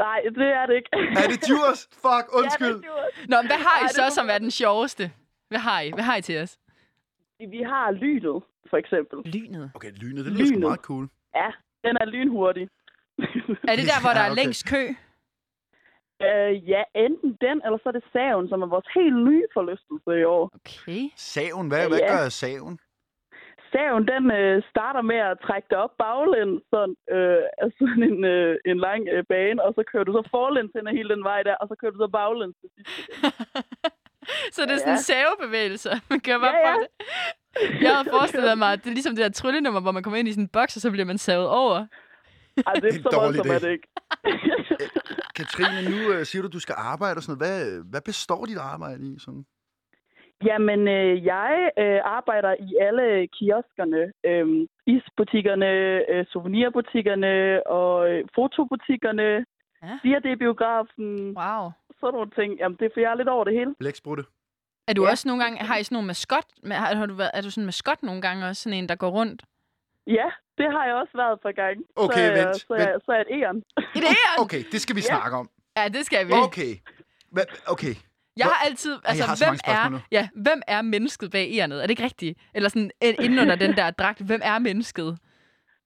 Speaker 3: Nej, det er det ikke.
Speaker 1: Er
Speaker 3: [laughs]
Speaker 1: det Djurs? Fuck, undskyld.
Speaker 3: Ja, det er sjovt.
Speaker 2: Nå, men hvad har I
Speaker 3: Ej, det
Speaker 2: så,
Speaker 3: var-
Speaker 2: som er den sjoveste? Hvad har I? Hvad har I til os?
Speaker 3: Vi har lynet, for eksempel.
Speaker 2: Lynet.
Speaker 1: Okay, lynet, det lyder sgu
Speaker 3: Lynet.
Speaker 1: meget cool.
Speaker 3: Ja, den er lynhurtig. [laughs]
Speaker 2: Er det der, hvor der
Speaker 1: Ja,
Speaker 2: er
Speaker 1: okay.
Speaker 2: længst kø?
Speaker 3: øh, ja, enten den, eller så er det Saven, som er vores helt nye forlystelse i år.
Speaker 2: Okay.
Speaker 1: Saven, hvad, hvad
Speaker 3: Ja.
Speaker 1: gør saven?
Speaker 3: Saven, den øh, starter med at trække dig op baglæns, sådan, øh, af sådan en, øh, en lang øh, bane, og så kører du så forlæns hen ad hele den vej der, og så kører du så baglæns. til sidst.
Speaker 2: Så det er
Speaker 3: Ja,
Speaker 2: sådan
Speaker 3: ja.
Speaker 2: savebevægelser. [laughs] Man gør bare
Speaker 3: Ja,
Speaker 2: ja, ja. Jeg
Speaker 3: [laughs]
Speaker 2: havde forestillet mig, at det er ligesom det der tryllenummer, hvor man kommer ind i sådan en boks, og så bliver man savet over.
Speaker 3: Ej, det
Speaker 1: Det er
Speaker 3: er
Speaker 1: en
Speaker 3: så
Speaker 1: dårlig
Speaker 3: voldsomt,
Speaker 1: idé.
Speaker 3: er det ikke. [laughs]
Speaker 1: Katrine, nu øh, siger du, du skal arbejde og sådan noget. Hvad, øh, hvad består dit arbejde i? Sådan?
Speaker 3: Jamen, øh, jeg øh, arbejder i alle kioskerne. Øh, isbutikkerne, øh, souvenirbutikkerne og øh, fotobutikkerne.
Speaker 2: Ja.
Speaker 3: Ja. det biografen
Speaker 2: Wow.
Speaker 3: sådan nogle ting. Jamen, det er for jeg er lidt over det hele.
Speaker 1: Blæksprutte.
Speaker 2: Er du ja.
Speaker 3: Ja.
Speaker 2: også nogle gange, har I sådan nogle maskot? Har, har du været, er du sådan en maskot nogle gange også? Sådan en, der går rundt?
Speaker 3: Ja, det har jeg også været for gang.
Speaker 1: Okay,
Speaker 3: så, er jeg-
Speaker 1: vent,
Speaker 3: så, er jeg- så er jeg et æren.
Speaker 2: Et æren!
Speaker 1: Okay, det skal vi
Speaker 3: Ja.
Speaker 1: snakke om.
Speaker 2: Ja, det skal vi.
Speaker 1: Okay. Hva, okay.
Speaker 2: Jeg har altid... Altså,
Speaker 1: har så
Speaker 2: hvem
Speaker 1: mange spørgsmål nu.
Speaker 2: er, ja, hvem er mennesket bag ærenet? Er det ikke rigtigt? Eller sådan ind- inden under den der dragt, hvem er mennesket?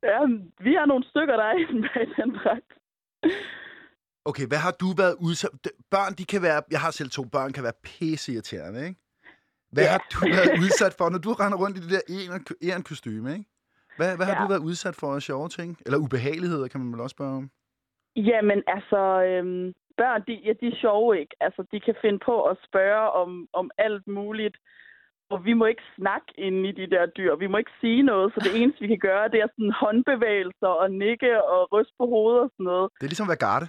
Speaker 3: Ja, vi er nogle stykker, der er i den dragt.
Speaker 1: Okay, hvad har du været udsat... d- Børn, de kan være... Jeg har selv to børn, kan være pisseirriterende, ikke? Hvad
Speaker 3: Ja.
Speaker 1: har du været udsat for, når du render rundt i det der eren kostume, ikke? Hvad, hvad har
Speaker 3: Ja.
Speaker 1: du været udsat for af sjove ting? Eller ubehageligheder, kan man vel også spørge om?
Speaker 3: Jamen, altså, øhm, børn, de, ja, de er sjove, ikke? Altså, de kan finde på at spørge om, om alt muligt. Og vi må ikke snakke inde i de der dyr. Vi må ikke sige noget, så det eneste, vi kan gøre, det er sådan håndbevægelser og nikke og ryste på hovedet og sådan noget.
Speaker 1: Det er ligesom at være garde.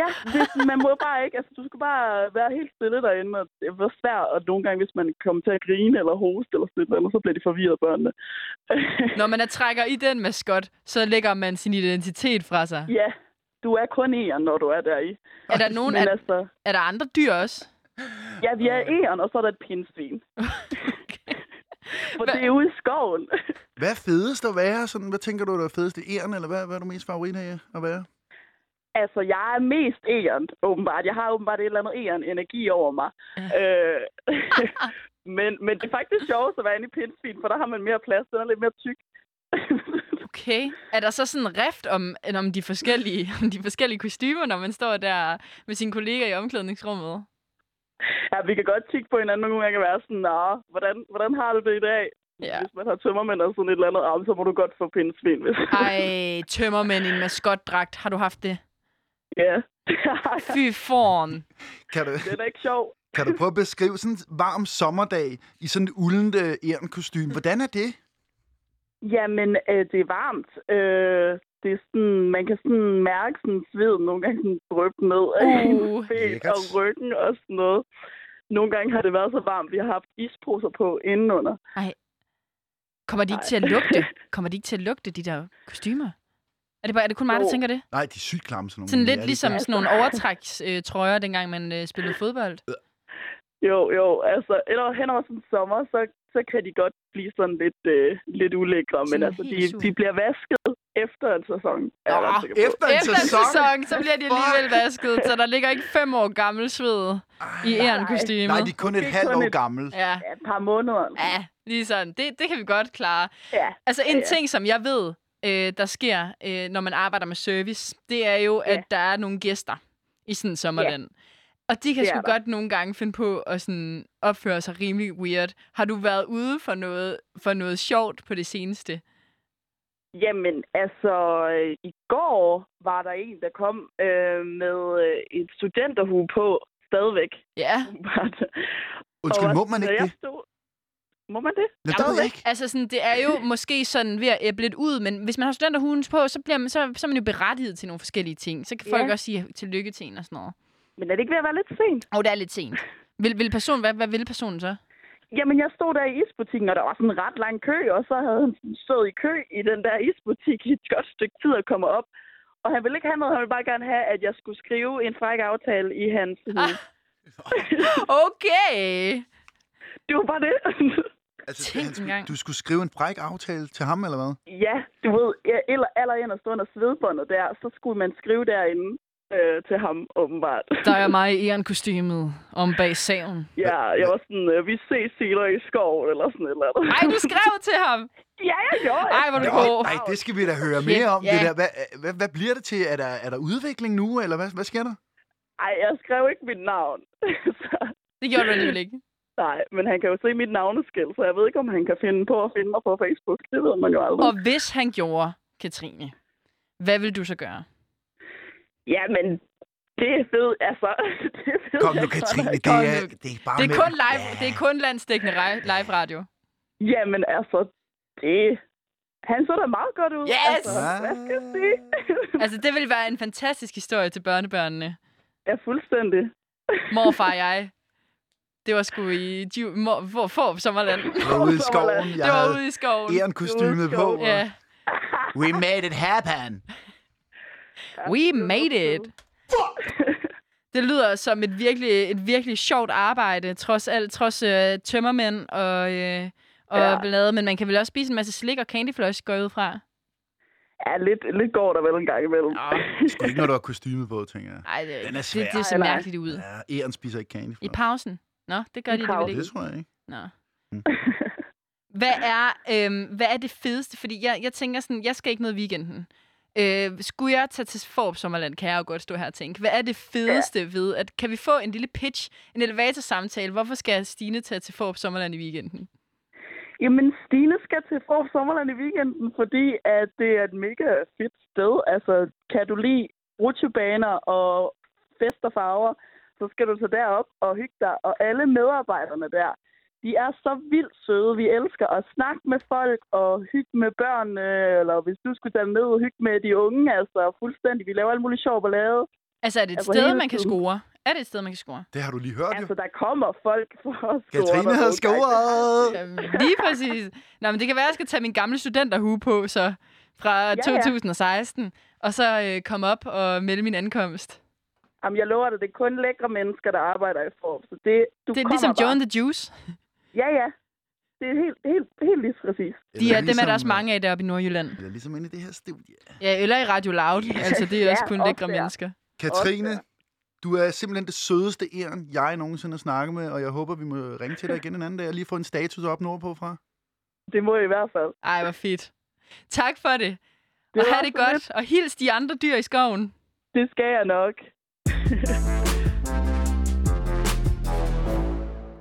Speaker 3: Ja, det, man må bare ikke. Altså, du skal bare være helt stille derinde. Og det var svært, og nogle gange, hvis man kommer til at grine eller hoste eller sådan noget, så bliver de forvirret, børnene. [laughs]
Speaker 2: Når man er trækker i den maskot, så lægger man sin identitet fra sig.
Speaker 3: ja, du er kun æren, når du er der i.
Speaker 2: Er der, nogen,
Speaker 3: Men
Speaker 2: er,
Speaker 3: altså,
Speaker 2: er der andre dyr også? [laughs]
Speaker 3: ja, vi er æren, og så er der et pindsvin. For
Speaker 2: Hvad-
Speaker 3: det er ude i skoven.
Speaker 1: Hvad er fedest at være? Sådan, hvad tænker du, der er fedest? Eren, eller hvad, hvad er du mest favorit af at være?
Speaker 3: altså, jeg er mest æren, åbenbart. Jeg har åbenbart et eller andet æren energi over mig. øh, [laughs] men, men det er faktisk sjovt at være inde i pindsvin, for der har man mere plads. Den er lidt mere tyk. [laughs]
Speaker 2: Okay. Er der så sådan en rift om, om, de forskellige, om de forskellige kostymer, når man står der med sine kolleger i omklædningsrummet?
Speaker 3: ja, vi kan godt kigge på hinanden nogle gange og være sådan, Nå, hvordan, hvordan har du det i dag?
Speaker 2: Ja.
Speaker 3: Hvis man har tømmermænd og sådan et eller andet arm, så må du godt få pindsvin. Hvis...
Speaker 2: Ej, tømmermænd i en maskotdragt. Har du haft det?
Speaker 3: [laughs] ja. [laughs]
Speaker 2: Fy forn.
Speaker 1: Kan du...
Speaker 3: Den er ikke sjov.
Speaker 1: Kan du prøve at beskrive sådan en varm sommerdag i sådan et uldent øh, ernkostume? Hvordan er det?
Speaker 3: Jamen, øh, det er varmt. Øh, det er sådan, man kan sådan mærke sådan sveden nogle gange sådan drøbe ned af
Speaker 2: Uh.
Speaker 3: hendes ben
Speaker 1: Lækkert.
Speaker 3: og ryggen og sådan noget. Nogle gange har det været så varmt, vi har haft isposer på indenunder.
Speaker 2: Kommer de ikke til at lugte? Kommer de ikke til at lugte, de der kostymer? Er det, bare, er det kun mig, der
Speaker 3: Jo.
Speaker 2: tænker det?
Speaker 1: Nej, de er sygt klamme, sådan nogle.
Speaker 2: Sådan
Speaker 1: Ja,
Speaker 2: lidt
Speaker 1: det er
Speaker 2: ligesom
Speaker 1: klart.
Speaker 2: sådan nogle overtrækstrøjer, øh, trøjer, dengang man øh, spillede fodbold.
Speaker 3: Jo, jo, altså, eller hen over sådan en sommer, så, så kan de godt blive sådan lidt, øh, lidt ulækre,
Speaker 2: Sådan
Speaker 3: men altså,
Speaker 2: helt sur.
Speaker 3: de, de bliver vasket efter en sæson. er jeg ret sikker på.
Speaker 1: Efter en
Speaker 2: Efter en
Speaker 1: sæson.
Speaker 2: sæson, så bliver de alligevel vasket, så der ligger ikke fem år gammel sved i ærenkostymet.
Speaker 1: Nej, de er kun et
Speaker 3: Måske
Speaker 1: halvt
Speaker 3: kun
Speaker 1: år
Speaker 3: et-
Speaker 1: gammel.
Speaker 2: Ja.
Speaker 3: Ja, et par måneder.
Speaker 2: Ja, lige sådan. Det, det kan vi godt klare.
Speaker 3: ja.
Speaker 2: Altså en
Speaker 3: Ja,
Speaker 2: ja.
Speaker 3: ja.
Speaker 2: ting, som jeg ved, øh, der sker, øh, når man arbejder med service, det er jo, at
Speaker 3: Ja.
Speaker 2: der er nogle gæster i sådan en sommerland. Og de kan
Speaker 3: Det
Speaker 2: sgu
Speaker 3: er der.
Speaker 2: godt nogle gange finde på at sådan opføre sig rimelig weird. Har du været ude for noget, for noget sjovt på det seneste?
Speaker 3: Jamen, altså, øh, i går var der en, der kom øh, med øh, et studenterhue på, stadigvæk.
Speaker 2: Ja.
Speaker 3: åbenbart.
Speaker 1: [laughs] Undskyld,
Speaker 3: Og
Speaker 1: må
Speaker 3: også,
Speaker 1: man
Speaker 3: når
Speaker 1: ikke
Speaker 3: jeg
Speaker 1: det?
Speaker 3: Stod... Må man det?
Speaker 1: Jeg
Speaker 2: Jamen,
Speaker 1: ved jeg ikke. [laughs]
Speaker 2: Altså, sådan, det er
Speaker 3: [laughs]
Speaker 2: jo måske sådan ved at æble lidt ud, men hvis man har studenterhugen på, så, bliver man, så, så er man jo berettiget til nogle forskellige ting. Så kan folk
Speaker 3: Ja.
Speaker 2: også sige tillykke til en og sådan noget.
Speaker 3: Men er det ikke ved at være lidt sent?
Speaker 2: Og det er lidt sent. Vil, vil personen, hvad, hvad vil personen så?
Speaker 3: Jamen, jeg stod der i isbutikken, og der var sådan en ret lang kø, og så havde han sådan stået i kø i den der isbutik i et [laughs] godt stykke tid at komme op. Og han ville ikke have noget, han ville bare gerne have, at jeg skulle skrive en fræk aftale i hans hue.
Speaker 2: Okay.
Speaker 3: Det var bare det.
Speaker 1: Altså,
Speaker 2: Tænk
Speaker 1: han skulle-
Speaker 2: engang.
Speaker 1: du skulle skrive en fræk aftale til ham, eller hvad?
Speaker 3: ja, du ved, jeg, eller allerinderst under svedbåndet der, så skulle man skrive derinde øh, til ham, åbenbart.
Speaker 2: Der er mig i en kostymet om bag saven.
Speaker 3: [laughs] ja, jeg var sådan, øh, vi ses senere i skoven, eller sådan et eller andet.
Speaker 2: Ej, du skrev til ham.
Speaker 3: Ja, jeg gjorde.
Speaker 2: Ej, hvor er du
Speaker 1: Nå,
Speaker 2: god.
Speaker 1: nej, det skal vi da høre
Speaker 2: Shit,
Speaker 1: mere om. Det
Speaker 2: ja.
Speaker 1: der. Hvad, øh, hvad, hvad bliver det til? Er der, er der udvikling nu, eller hvad, hvad sker der?
Speaker 3: Ej, jeg skrev ikke mit navn. [laughs] så,
Speaker 2: Det gjorde du alligevel ikke.
Speaker 3: nej, men han kan jo se mit navneskilt, så jeg ved ikke, om han kan finde på at finde mig på Facebook. Det ved man jo aldrig.
Speaker 2: Og
Speaker 3: Og...
Speaker 2: hvis han gjorde, Katrine, hvad vil du så gøre?
Speaker 3: Ja, men det er fedt, altså. [laughs] det ved
Speaker 1: Kom
Speaker 3: jeg
Speaker 1: nu,
Speaker 3: godt,
Speaker 1: Katrine,
Speaker 3: at-
Speaker 1: det
Speaker 2: Kom
Speaker 1: er,
Speaker 2: nu.
Speaker 1: det er bare
Speaker 2: Det er
Speaker 1: med-
Speaker 2: kun live,
Speaker 1: Ja.
Speaker 2: det er kun landsdækkende re- live radio.
Speaker 3: Jamen, altså, det... Han så da meget godt ud.
Speaker 2: Yes!
Speaker 3: Altså, hvad skal jeg sige? [laughs]
Speaker 2: Altså, det ville være en fantastisk historie til børnebørnene.
Speaker 3: ja, fuldstændig.
Speaker 2: Morfar og jeg. Det var sgu i Ju- Mor- hvor for sommerland.
Speaker 3: [laughs]
Speaker 1: Jeg var
Speaker 2: [laughs]
Speaker 1: ude i skoven, jeg
Speaker 2: Det var
Speaker 1: havde
Speaker 2: ude i skoven.
Speaker 1: ærenkostymet på.
Speaker 3: skoven.
Speaker 2: Ja.
Speaker 1: We made it happen.
Speaker 2: We made it. [laughs] Det lyder som et virkelig, et virkelig sjovt arbejde, trods alt, trods øh, tømmermænd og, øh, og ja.
Speaker 3: Ja.
Speaker 2: ballade. Men man kan vel også spise en masse slik og candyfloss, går jeg ud fra.
Speaker 3: Ja, lidt, lidt går der vel en gang imellem.
Speaker 2: Nå.
Speaker 1: Det er ikke, når du har kostymet på, tænker jeg.
Speaker 2: Ej, det,
Speaker 1: Den er svær.
Speaker 2: det, det ser
Speaker 3: Ej, nej.
Speaker 2: mærkeligt ud.
Speaker 1: Ja, æren spiser ikke candy.
Speaker 2: I pausen? Nå, det gør
Speaker 3: I
Speaker 2: de alligevel
Speaker 3: pausen.
Speaker 2: ikke.
Speaker 1: Det tror jeg ikke.
Speaker 2: Nå.
Speaker 1: Mm.
Speaker 2: [laughs] Hvad er, øhm, hvad er det fedeste? Fordi jeg, jeg tænker sådan, jeg skal ikke med i weekenden. Øh, skulle jeg tage til Forop Sommerland, kan jeg jo godt stå her og tænke. Hvad er det fedeste ja. ved, at kan vi få en lille pitch, en elevatorsamtale? Hvorfor skal Stine tage til Forop Sommerland i weekenden?
Speaker 3: [laughs] Jamen, Stine skal til Forf Sommerland i weekenden, fordi at det er et mega fedt sted. Altså, kan du lide rutsjebaner og fest og farver, så skal du tage derop og hygge dig. Og alle medarbejderne der, de er så vildt søde. Vi elsker at snakke med folk og hygge med børnene, eller hvis du skulle tage ned og hygge med de unge, altså fuldstændig. Vi laver alt muligt sjov ballade.
Speaker 2: Altså, er det et
Speaker 3: Altså,
Speaker 2: sted,
Speaker 3: hele
Speaker 2: man kan
Speaker 3: tiden.
Speaker 2: score? Er det et sted, man kan score?
Speaker 1: Det har du lige hørt, jo.
Speaker 3: Altså, der kommer folk for at score.
Speaker 1: Katrine havde
Speaker 3: derude.
Speaker 1: scoret.
Speaker 2: Jamen, Lige præcis. Nå, men det kan være, at jeg skal tage min gamle studenterhue på, så fra ja,
Speaker 3: ja.
Speaker 2: 2016, og så øh, komme op og melde min ankomst.
Speaker 3: Jamen, jeg lover dig, det er kun lækre mennesker, der arbejder i Form. Så det, du
Speaker 2: Det er
Speaker 3: kommer
Speaker 2: ligesom
Speaker 3: bare.
Speaker 2: Joe and the Juice.
Speaker 3: Ja, ja. Det er helt, helt, helt lige præcis.
Speaker 2: De er,
Speaker 1: ligesom,
Speaker 2: dem er der også
Speaker 1: øh,
Speaker 2: mange af deroppe i Nordjylland.
Speaker 1: Eller ligesom inde i det her studie.
Speaker 2: Ja, eller i Radio Loud. Altså, det er
Speaker 3: Ja,
Speaker 2: også kun
Speaker 3: også
Speaker 2: lækre
Speaker 3: der.
Speaker 2: mennesker.
Speaker 1: Katrine,
Speaker 3: Også
Speaker 1: du er simpelthen det sødeste æren, jeg nogensinde har snakket med, og jeg håber, vi må ringe til dig igen en anden dag og lige få en status op nordpå fra.
Speaker 3: Det må jeg i hvert fald.
Speaker 2: Ej, hvor fedt. Tak for det.
Speaker 3: Det
Speaker 2: og
Speaker 3: var
Speaker 2: have det
Speaker 3: så
Speaker 2: godt.
Speaker 3: lidt.
Speaker 2: Og hils de andre dyr i skoven.
Speaker 3: Det skal jeg nok.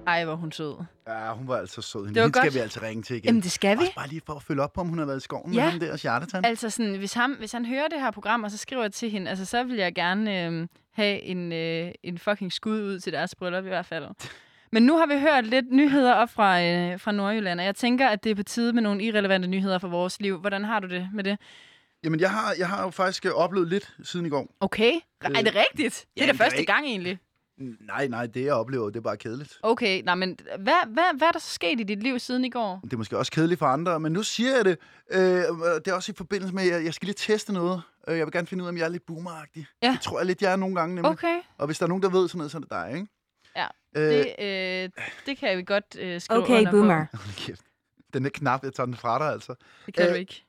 Speaker 2: Ej, hvor hun sød.
Speaker 1: Ja, hun var altså sød. Hende
Speaker 2: Det var
Speaker 1: Hende skal
Speaker 2: godt.
Speaker 1: vi altså ringe til igen.
Speaker 2: Jamen, det skal vi.
Speaker 1: Også bare lige for at følge op på, om hun har været i skoven
Speaker 2: Ja.
Speaker 1: med ham der, Charlatan.
Speaker 2: Altså, sådan, hvis, ham, hvis han hører det her program, og så skriver jeg til hende, altså, så vil jeg gerne øh, have en, øh, en fucking skud ud til deres bryllup i hvert fald. Men nu har vi hørt lidt nyheder op fra, øh, fra Nordjylland, og jeg tænker, at det er på tide med nogle irrelevante nyheder fra vores liv. Hvordan har du det med det?
Speaker 1: Jamen, jeg har, jeg har jo faktisk øh, oplevet lidt siden i går.
Speaker 2: Okay. Er det rigtigt? Det er
Speaker 1: jamen,
Speaker 2: da
Speaker 1: det er
Speaker 2: første
Speaker 1: ikke-
Speaker 2: gang egentlig.
Speaker 1: Nej, nej, det jeg oplever, det er bare kedeligt.
Speaker 2: Okay, nej, men hvad, hvad, hvad er der så sket i dit liv siden i går?
Speaker 1: Det er måske også kedeligt for andre, men nu siger jeg det. Øh, det er også i forbindelse med, at jeg- jeg skal lige teste noget. Øh, Jeg vil gerne finde ud af, om jeg er lidt boomeragtig.
Speaker 2: Ja.
Speaker 1: Det tror jeg lidt, jeg er nogle gange nemlig.
Speaker 2: Okay,
Speaker 1: Og hvis der er nogen, der ved sådan noget, så er det dig, ikke?
Speaker 2: Ja,
Speaker 1: Øh,
Speaker 2: det, øh, det kan vi godt øh, skrive
Speaker 4: Okay,
Speaker 2: under
Speaker 4: boomer.
Speaker 1: [laughs]
Speaker 2: På.
Speaker 1: hold kæft. Den der knap, jeg tager den fra dig, altså.
Speaker 2: Det kan
Speaker 1: Øh,
Speaker 2: du ikke.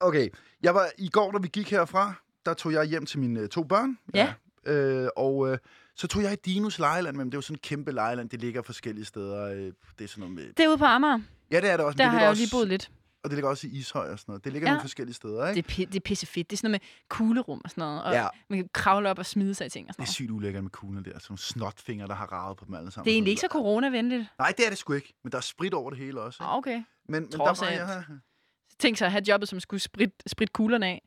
Speaker 1: Okay, jeg var i går, da vi gik herfra, der tog jeg hjem til mine øh, to børn.
Speaker 2: Ja.
Speaker 1: Øh, og øh, så tog jeg i Dinos lejeland med dem. Det er jo sådan et kæmpe lejeland, det ligger forskellige steder. Øh, det er sådan noget med...
Speaker 2: Det er ude på Amager.
Speaker 1: Ja, det er det også. men
Speaker 2: Der
Speaker 1: det
Speaker 2: har
Speaker 1: ligger
Speaker 2: jeg jo
Speaker 1: også,
Speaker 2: lige boet lidt.
Speaker 1: Og det ligger også i Ishøj og sådan noget. Det ligger
Speaker 2: Ja.
Speaker 1: ja. nogle forskellige steder,
Speaker 2: Det
Speaker 1: ikke?
Speaker 2: er, pi- det er pisse fedt. Det er sådan noget med kuglerum og sådan noget. Og
Speaker 1: Ja.
Speaker 2: man kan kravle op og smide sig i ting og
Speaker 1: Det
Speaker 2: sådan
Speaker 1: er
Speaker 2: noget.
Speaker 1: sygt ulækkert med kuglen der. Sådan nogle snotfingre, der har ravet på dem alle sammen.
Speaker 2: Det er egentlig ikke så coronavenligt.
Speaker 1: Nej, det er det sgu ikke. Men der er sprit over det hele også. Ikke?
Speaker 2: Ah, okay.
Speaker 1: Men, men der
Speaker 2: Trods
Speaker 1: var
Speaker 2: alt.
Speaker 1: jeg her.
Speaker 2: Tænk sig at have jobbet, som skulle sprit, sprit kuglerne af.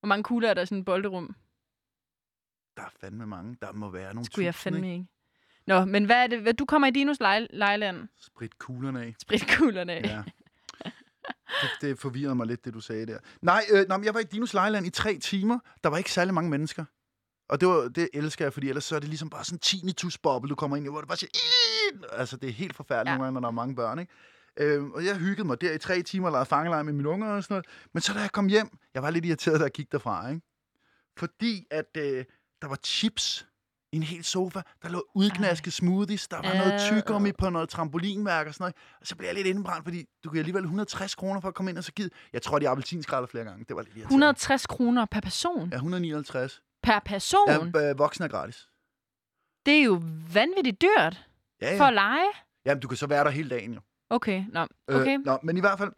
Speaker 2: Hvor mange kugler er der i sådan et bolderum?
Speaker 1: Der er fandme mange. Der må være nogle
Speaker 2: Skulle jeg
Speaker 1: tusind,
Speaker 2: fandme ikke. Nå, men hvad er det? Hvad, du kommer i Dinos lej- lejland.
Speaker 1: ikke? Sprit kuglerne af.
Speaker 2: Spritkuglerne. af.
Speaker 1: Ja. Det, det forvirrede mig lidt, det du sagde der. Nej, øh, nej men jeg var i Dinos Lejland i tre timer. Der var ikke særlig mange mennesker. Og det, var, det elsker jeg, fordi ellers så er det ligesom bare sådan en tinnitus-boble, du kommer ind i, hvor det bare siger... "Ih!" Altså, det er helt forfærdeligt
Speaker 2: Ja.
Speaker 1: ja. nogle gange, når der er mange børn, ikke? Øhm, og jeg hyggede mig der i tre timer, og lavede fangeleje med mine unger og sådan noget. Men så da jeg kom hjem, jeg var lidt irriteret, da jeg gik derfra, ikke? Fordi at øh, der var chips i en hel sofa, der lå udknasket smoothies, der var noget tyggegummi
Speaker 2: Øh.
Speaker 1: på noget trampolinmærke og sådan noget. Og så blev jeg lidt indbrændt, fordi du giver alligevel 160 kroner for at komme ind og så givet. Jeg tror, de appelsinskralder flere gange. Det var lidt irriterende.
Speaker 2: 160 kroner per person.
Speaker 1: Ja, 159.
Speaker 2: Per person?
Speaker 1: Ja, øh, voksne er gratis.
Speaker 2: Det er jo vanvittigt dyrt
Speaker 1: Ja,
Speaker 2: for at
Speaker 1: ja.
Speaker 2: lege.
Speaker 1: Jamen, du kan så være der hele dagen, jo. Øh,
Speaker 2: Okay, nå. Okay.
Speaker 1: nå, men i hvert fald,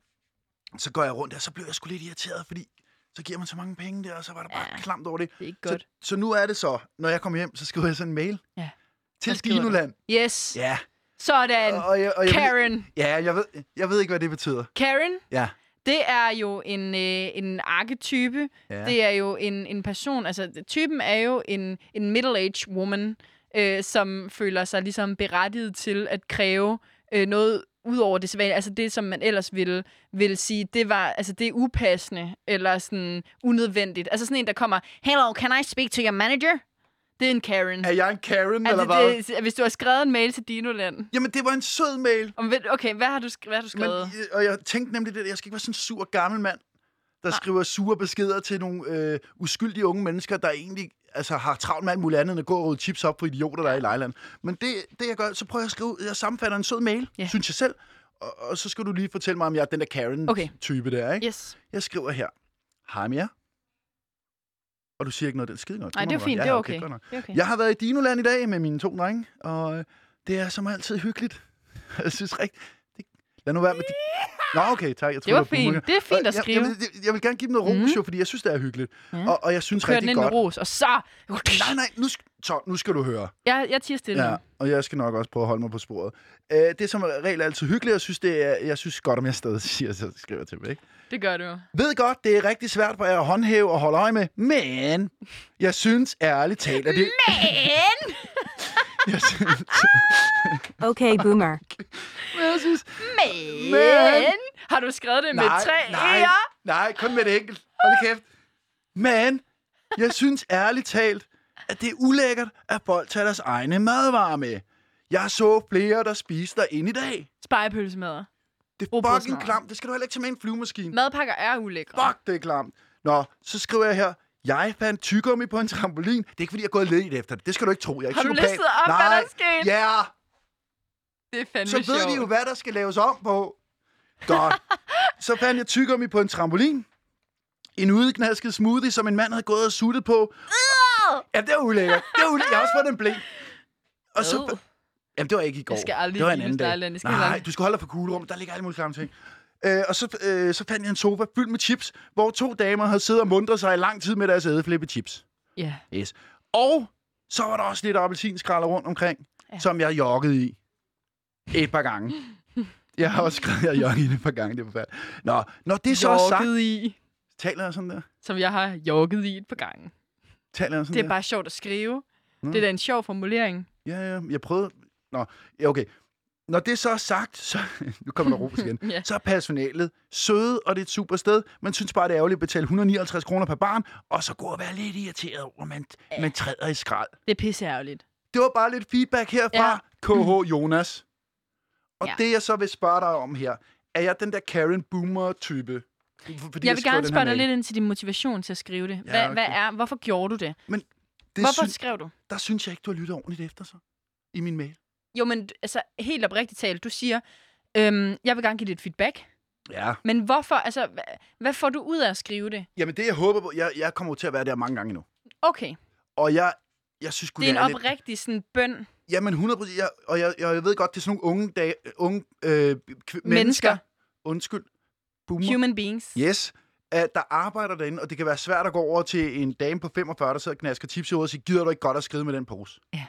Speaker 1: så går jeg rundt der, så bliver jeg sgu lidt irriteret, fordi så giver man så mange penge der, og så var der bare
Speaker 2: Ja.
Speaker 1: ja. klamt over det.
Speaker 2: Det er ikke
Speaker 1: Så,
Speaker 2: godt.
Speaker 1: så nu er det så, når jeg kommer hjem, så skriver jeg sådan en mail.
Speaker 2: Ja. Hvad
Speaker 1: Til
Speaker 2: skriver du?
Speaker 1: Dinoland.
Speaker 2: Yes.
Speaker 1: Ja.
Speaker 2: Sådan.
Speaker 1: og jeg, og jeg,
Speaker 2: Karen.
Speaker 1: Ved, ja, jeg ved, jeg ved ikke, hvad det betyder.
Speaker 2: Karen,
Speaker 1: Ja.
Speaker 2: det er jo en, øh, en arketype. Ja.
Speaker 1: Ja.
Speaker 2: Det er jo en, en person. Altså, typen er jo en, en middle-aged woman, øh, som føler sig ligesom berettiget til at kræve øh, noget ud over det sædvanlige. Altså det, som man ellers ville, ville sige, det var altså det er upassende eller sådan unødvendigt. Altså sådan en, der kommer, Hello, can I speak to your manager? Det er en Karen.
Speaker 1: Er jeg en Karen,
Speaker 2: Altså,
Speaker 1: eller hvad? Det...
Speaker 2: det, er- hvis du har skrevet en mail til Dinoland.
Speaker 1: Jamen, det var en sød mail.
Speaker 2: Om, ved- Okay, hvad har du, sk- hvad har du
Speaker 1: Men,
Speaker 2: skrevet?
Speaker 1: øh, og jeg tænkte nemlig det, at jeg skal ikke være sådan en sur gammel mand, der skriver sure beskeder til nogle øh, uskyldige unge mennesker, der egentlig altså, har travlt med alt muligt andet, end at gå og rydde chips op på idioter, der er i lejland. Men det, det jeg gør, så prøver jeg at skrive, jeg sammenfatter en sød mail,
Speaker 2: Ja.
Speaker 1: yeah. synes jeg selv, og, og så skal du lige fortælle mig, om jeg er den der Karen-type der, ikke?
Speaker 2: Yes.
Speaker 1: Jeg skriver her, hej med jer. Og du siger ikke noget, det er skide godt.
Speaker 2: Nej, det er
Speaker 1: må man
Speaker 2: fint,
Speaker 1: godt.
Speaker 2: det er
Speaker 1: Ja,
Speaker 2: okay.
Speaker 1: godt nok.
Speaker 2: Det er okay.
Speaker 1: Jeg har været i Dinoland i dag med mine to drenge, og øh, det er som altid hyggeligt. [laughs] Jeg synes rigtigt... Det... Lad nu være med... Det... Nå, okay, tak. Jeg Øh, tror,
Speaker 2: Det var
Speaker 1: boomer.
Speaker 2: fint. Det er fint at skrive.
Speaker 1: Jeg, jeg, vil, jeg vil gerne give dem noget ros,
Speaker 2: Mhm.
Speaker 1: jo, fordi jeg synes, det er hyggeligt.
Speaker 2: Ja.
Speaker 1: Og, og jeg synes
Speaker 2: Kør den
Speaker 1: rigtig
Speaker 2: ind med
Speaker 1: godt...
Speaker 2: ros, og så...
Speaker 1: Nej, nej, nu, sk- så, nu skal du høre.
Speaker 2: Jeg, jeg tiger stille.
Speaker 1: Ja,
Speaker 2: Ja.
Speaker 1: og jeg skal nok også prøve at holde mig på sporet. Øh, det er som regel altid hyggeligt, og jeg synes, det er, jeg synes godt, om jeg stadig [laughs] siger, så skriver til dem, ikke?
Speaker 2: Det gør du.
Speaker 1: Ved godt, det er rigtig svært for jer at håndhæve og holde øje med, men jeg synes ærligt talt, at det...
Speaker 2: Men!
Speaker 1: [laughs] Jeg synes,
Speaker 4: Okay, boomer.
Speaker 1: jeg synes,
Speaker 2: Men!
Speaker 1: Men!
Speaker 2: Har du skrevet det med tre
Speaker 1: nej,
Speaker 2: E'er?
Speaker 1: nej, kun med et enkelt. Hold da kæft. Men jeg synes ærligt talt, at det er ulækkert, at folk tager deres egne madvarer med. Jeg så flere, der spiste derinde i dag.
Speaker 2: Spejepølsemadder.
Speaker 1: Det
Speaker 2: Rugbrødsmadder.
Speaker 1: er fucking klamt. Det skal du heller ikke tage med i en flyvemaskine.
Speaker 2: Madpakker er ulækre.
Speaker 1: Fuck, det er klamt. Nå, så skriver jeg her. Jeg fandt tyggegummi på en trampolin. Det er ikke, fordi jeg er gået lidt efter det. Det skal du ikke tro. Jeg er ikke
Speaker 2: Har du
Speaker 1: psykopat.
Speaker 2: listet op,
Speaker 1: Nej.
Speaker 2: hvad der er sket?
Speaker 1: Ja, yeah.
Speaker 2: Det er fandme
Speaker 1: så ved
Speaker 2: sjovt.
Speaker 1: de jo, hvad der skal laves om på. Godt. så fandt jeg tyggegummi på en trampolin. En udknasket smoothie, som en mand havde gået og suttet på. Ja, det var ulækkert. Det var ulækkert. Jeg har også fået en blæ. Og så...
Speaker 2: Ad.
Speaker 1: Jamen, det var ikke i går.
Speaker 2: skal aldrig
Speaker 1: det var en
Speaker 2: i
Speaker 1: anden
Speaker 2: Lysdejland.
Speaker 1: dag.
Speaker 2: Jeg skal
Speaker 1: Nej,
Speaker 2: langt.
Speaker 1: du skal holde dig for kuglerummet. Der ligger alle mulige klamme ting. Øh, og så, øh, så fandt jeg en sofa fyldt med chips, hvor to damer havde siddet og mundret sig i lang tid med deres ædeflippe chips.
Speaker 2: Ja.
Speaker 1: Yes. Og så var der også lidt appelsinskralder rundt omkring,
Speaker 2: Ja.
Speaker 1: ja. som jeg joggede i et par gange.
Speaker 2: [laughs]
Speaker 1: Jeg har også skrevet, at jeg joggede i det et par gange. Det er forfærdeligt. Nå, når det så er sagt...
Speaker 2: Jorket i.
Speaker 1: Taler jeg sådan der?
Speaker 2: Som jeg har jogget i et par gange.
Speaker 1: Taler jeg sådan
Speaker 2: Det er
Speaker 1: der?
Speaker 2: bare sjovt at skrive.
Speaker 1: Nå.
Speaker 2: Det er da en sjov formulering.
Speaker 1: Ja, ja. Jeg prøvede... Nå, ja, okay. Når det så er sagt, så, [laughs] nu kommer der ros igen,
Speaker 2: [laughs] Ja.
Speaker 1: så er personalet søde, og det er et super sted. Man synes bare, det er ærgerligt at betale 159 kroner per barn, og så gå og være lidt irriteret over, at man, man træder i skrald.
Speaker 2: Det er pisseærgerligt.
Speaker 1: Det var bare lidt feedback herfra,
Speaker 2: Ja.
Speaker 1: KH Jonas. Og
Speaker 2: Ja.
Speaker 1: det, jeg så vil spørge dig om her, er jeg den der Karen Boomer-type? Fordi
Speaker 2: Jeg vil
Speaker 1: skriver
Speaker 2: gerne
Speaker 1: den her
Speaker 2: spørge dig
Speaker 1: mail.
Speaker 2: lidt ind til din motivation til at skrive det. Hvad, hvad
Speaker 1: okay.
Speaker 2: er, hvorfor gjorde du det?
Speaker 1: Det
Speaker 2: Hvorfor
Speaker 1: synes,
Speaker 2: skrev du?
Speaker 1: der synes jeg ikke, du har lyttet ordentligt efter så i min mail.
Speaker 2: Jo, men altså, helt oprigtigt talt, du siger, øhm, jeg vil gerne give dit feedback.
Speaker 1: Ja.
Speaker 2: Men hvorfor, altså, hvad, hvad får du ud af at skrive det?
Speaker 1: Jamen det, jeg håber på, jeg, jeg kommer jo til at være der mange gange endnu.
Speaker 2: Okay,
Speaker 1: Og jeg, jeg synes sgu,
Speaker 2: det er en
Speaker 1: jeg lidt-
Speaker 2: oprigtig sådan bøn.
Speaker 1: Jamen 100 procent. Jeg, og jeg, jeg ved godt, det er sådan nogle unge, dag, unge øh, kv- mennesker. Undskyld. Boomer.
Speaker 2: Human beings.
Speaker 1: Yes. At der arbejder derinde, og det kan være svært at gå over til en dame på 45, der sidder og knasker tips i hovedet og siger, gider du ikke godt at skride med den pose?
Speaker 2: Ja.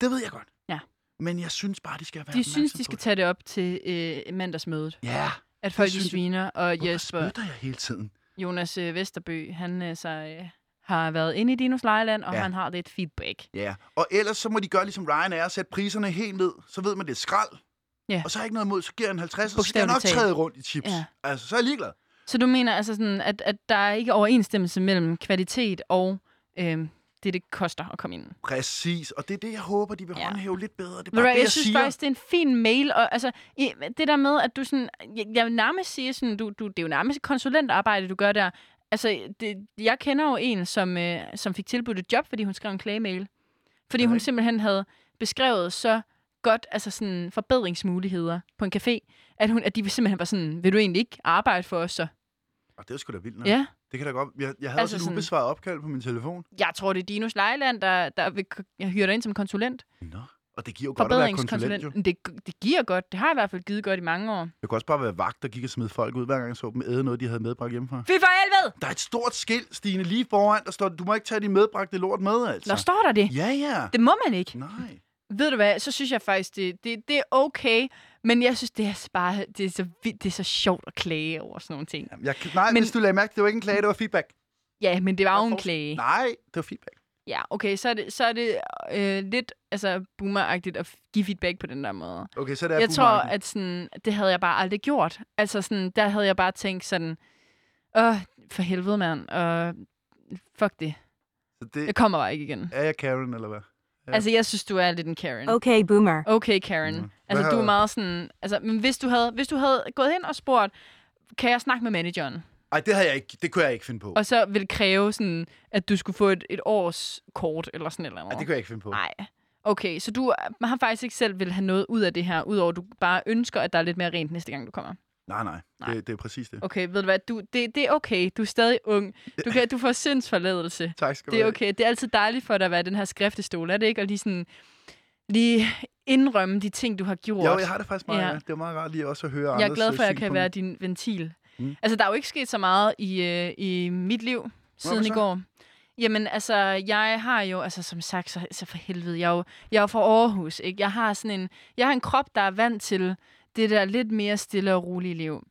Speaker 1: Det ved jeg godt.
Speaker 2: Ja.
Speaker 1: Men jeg synes bare, de skal være
Speaker 2: De synes, de
Speaker 1: opmærksomme
Speaker 2: skal
Speaker 1: på
Speaker 2: tage det op til øh, mandagsmødet.
Speaker 1: det. Ja.
Speaker 2: At folk de
Speaker 1: synes jeg.
Speaker 2: sviner, og
Speaker 1: Hvorfor
Speaker 2: Jesper
Speaker 1: spytter jeg hele tiden?
Speaker 2: Jonas øh, Vesterbø, han øh, så, øh, har været inde i Dinos Lejland, og
Speaker 1: Ja.
Speaker 2: ja. han har lidt feedback.
Speaker 1: Ja. Og ellers så må de gøre, ligesom Ryan er, og sætte priserne helt ned. Så ved man, det er skrald.
Speaker 2: Ja.
Speaker 1: Og så har jeg ikke noget imod, så giver jeg en 50, og så skal jeg
Speaker 2: Bogstaveligt
Speaker 1: nok
Speaker 2: talt.
Speaker 1: træde rundt i chips.
Speaker 2: Ja.
Speaker 1: Altså, så er jeg ligeglad.
Speaker 2: Så du mener altså sådan, at, at der er ikke overensstemmelse mellem kvalitet og øh, det, det koster at komme ind?
Speaker 1: Præcis, og det er det, jeg håber, de vil ja.
Speaker 2: Ja.
Speaker 1: håndhæve lidt bedre. Det er bare
Speaker 2: Ved du
Speaker 1: det,
Speaker 2: hvad,
Speaker 1: jeg,
Speaker 2: jeg synes
Speaker 1: siger.
Speaker 2: faktisk, det er en fin mail. Og, altså, i- det der med, at du sådan... Jeg, jeg vil nærmest sige, sådan, du, du, det er jo nærmest konsulentarbejde, du gør der. Altså, det, jeg kender jo en, som, øh, som fik tilbudt et job, fordi hun skrev en klagemail. Fordi
Speaker 1: Er det
Speaker 2: hun
Speaker 1: rigtigt?
Speaker 2: simpelthen havde beskrevet så godt altså sådan forbedringsmuligheder på en café, at, hun, at de simpelthen var sådan, vil du egentlig ikke arbejde for os så?
Speaker 1: Og det er sgu da vildt nok.
Speaker 2: Ja.
Speaker 1: Det kan da godt. Jeg, jeg havde altså
Speaker 2: Altså
Speaker 1: også et
Speaker 2: sådan-
Speaker 1: ubesvaret opkald på min telefon.
Speaker 2: Jeg tror, det er Dinos Lejland, der, der vil, jeg hyrer dig ind som konsulent.
Speaker 1: Nå. Og det giver jo godt at være konsulent, jo.
Speaker 2: Forbedringskonsulent. Det, det giver godt. Det har i hvert fald givet godt i mange år.
Speaker 1: Jeg kunne også bare være vagt, der gik og smed folk ud, hver gang jeg så dem æde noget, de havde medbragt hjemmefra.
Speaker 2: Fy for helvede!
Speaker 1: Der er et stort skilt, Stine, lige foran, der står, du må ikke tage din medbragte lort med, altså.
Speaker 2: Nå, står der det?
Speaker 1: Ja, ja.
Speaker 2: Det må man ikke.
Speaker 1: Nej.
Speaker 2: Ved du hvad, så synes jeg faktisk, det, det, det er okay, men jeg synes, det er, så bare, det, er så, vildt- det er så sjovt at klage over sådan nogle ting.
Speaker 1: Jamen, jeg, nej, men,
Speaker 2: Men-
Speaker 1: hvis du lagde mærke, det var ikke en klage, det var feedback.
Speaker 2: Ja, men det var jo en
Speaker 1: forstår-
Speaker 2: klage.
Speaker 1: Nej, det var feedback.
Speaker 2: Ja, okay, så er det, så er det øh, lidt altså, boomeragtigt at f- give feedback på den der måde.
Speaker 1: Okay, så er det
Speaker 2: Jeg
Speaker 1: boomerang.
Speaker 2: tror, at sådan, det havde jeg bare aldrig gjort. Altså, sådan, der havde jeg bare tænkt sådan, åh, for helvede, mand, og fuck det.
Speaker 1: Så det,
Speaker 2: Jeg kommer bare ikke igen.
Speaker 1: er jeg Karen, eller hvad? Ja.
Speaker 2: Altså, jeg synes, du er lidt en Karen.
Speaker 4: Okay,
Speaker 2: [laughs]
Speaker 4: boomer.
Speaker 2: Okay, Karen.
Speaker 1: Mm.
Speaker 2: Mm. Altså,
Speaker 1: Hvad
Speaker 2: du
Speaker 1: har-
Speaker 2: er meget sådan... Altså, men hvis du, havde, hvis du havde gået hen og spurgt, kan jeg snakke med manageren?
Speaker 1: Ej, det, havde jeg ikke, det kunne jeg ikke finde på.
Speaker 2: Og så ville kræve sådan, at du skulle få et, et års kort eller sådan et eller andet.
Speaker 1: Ej, det kunne jeg ikke finde på.
Speaker 2: Nej. Okay, så du er- har faktisk ikke selv vil have noget ud af det her, udover at du bare ønsker, at der er lidt mere rent næste gang, du kommer.
Speaker 1: Nej, nej. nej.
Speaker 2: Nej.
Speaker 1: Det, det er præcis det.
Speaker 2: Okay, ved du hvad? Du, det, det er okay. Du er stadig ung. Du, kan, du får sindsforladelse.
Speaker 1: Tak skal du
Speaker 2: Det er
Speaker 1: have.
Speaker 2: okay. Det er altid dejligt for dig at være i den her skriftestol, er det ikke? Og lige sådan... Lige indrømme de ting, du har gjort.
Speaker 1: Jo, jeg har det faktisk meget.
Speaker 2: Ja.
Speaker 1: Ja. Det er meget rart lige også at høre
Speaker 2: Jeg er
Speaker 1: andres,
Speaker 2: glad for, at
Speaker 1: øh,
Speaker 2: jeg kan
Speaker 1: synspunkter.
Speaker 2: være din ventil.
Speaker 1: Mm.
Speaker 2: Mm. Altså, der er jo ikke sket så meget i, øh, i mit liv siden i
Speaker 1: så?
Speaker 2: går. Jamen, altså, jeg har jo, altså som sagt, så, så for helvede, jeg er jo, jeg er jo fra Aarhus, ikke? Jeg har sådan en, jeg har en krop, der er vant til det der lidt mere stille og rolige liv.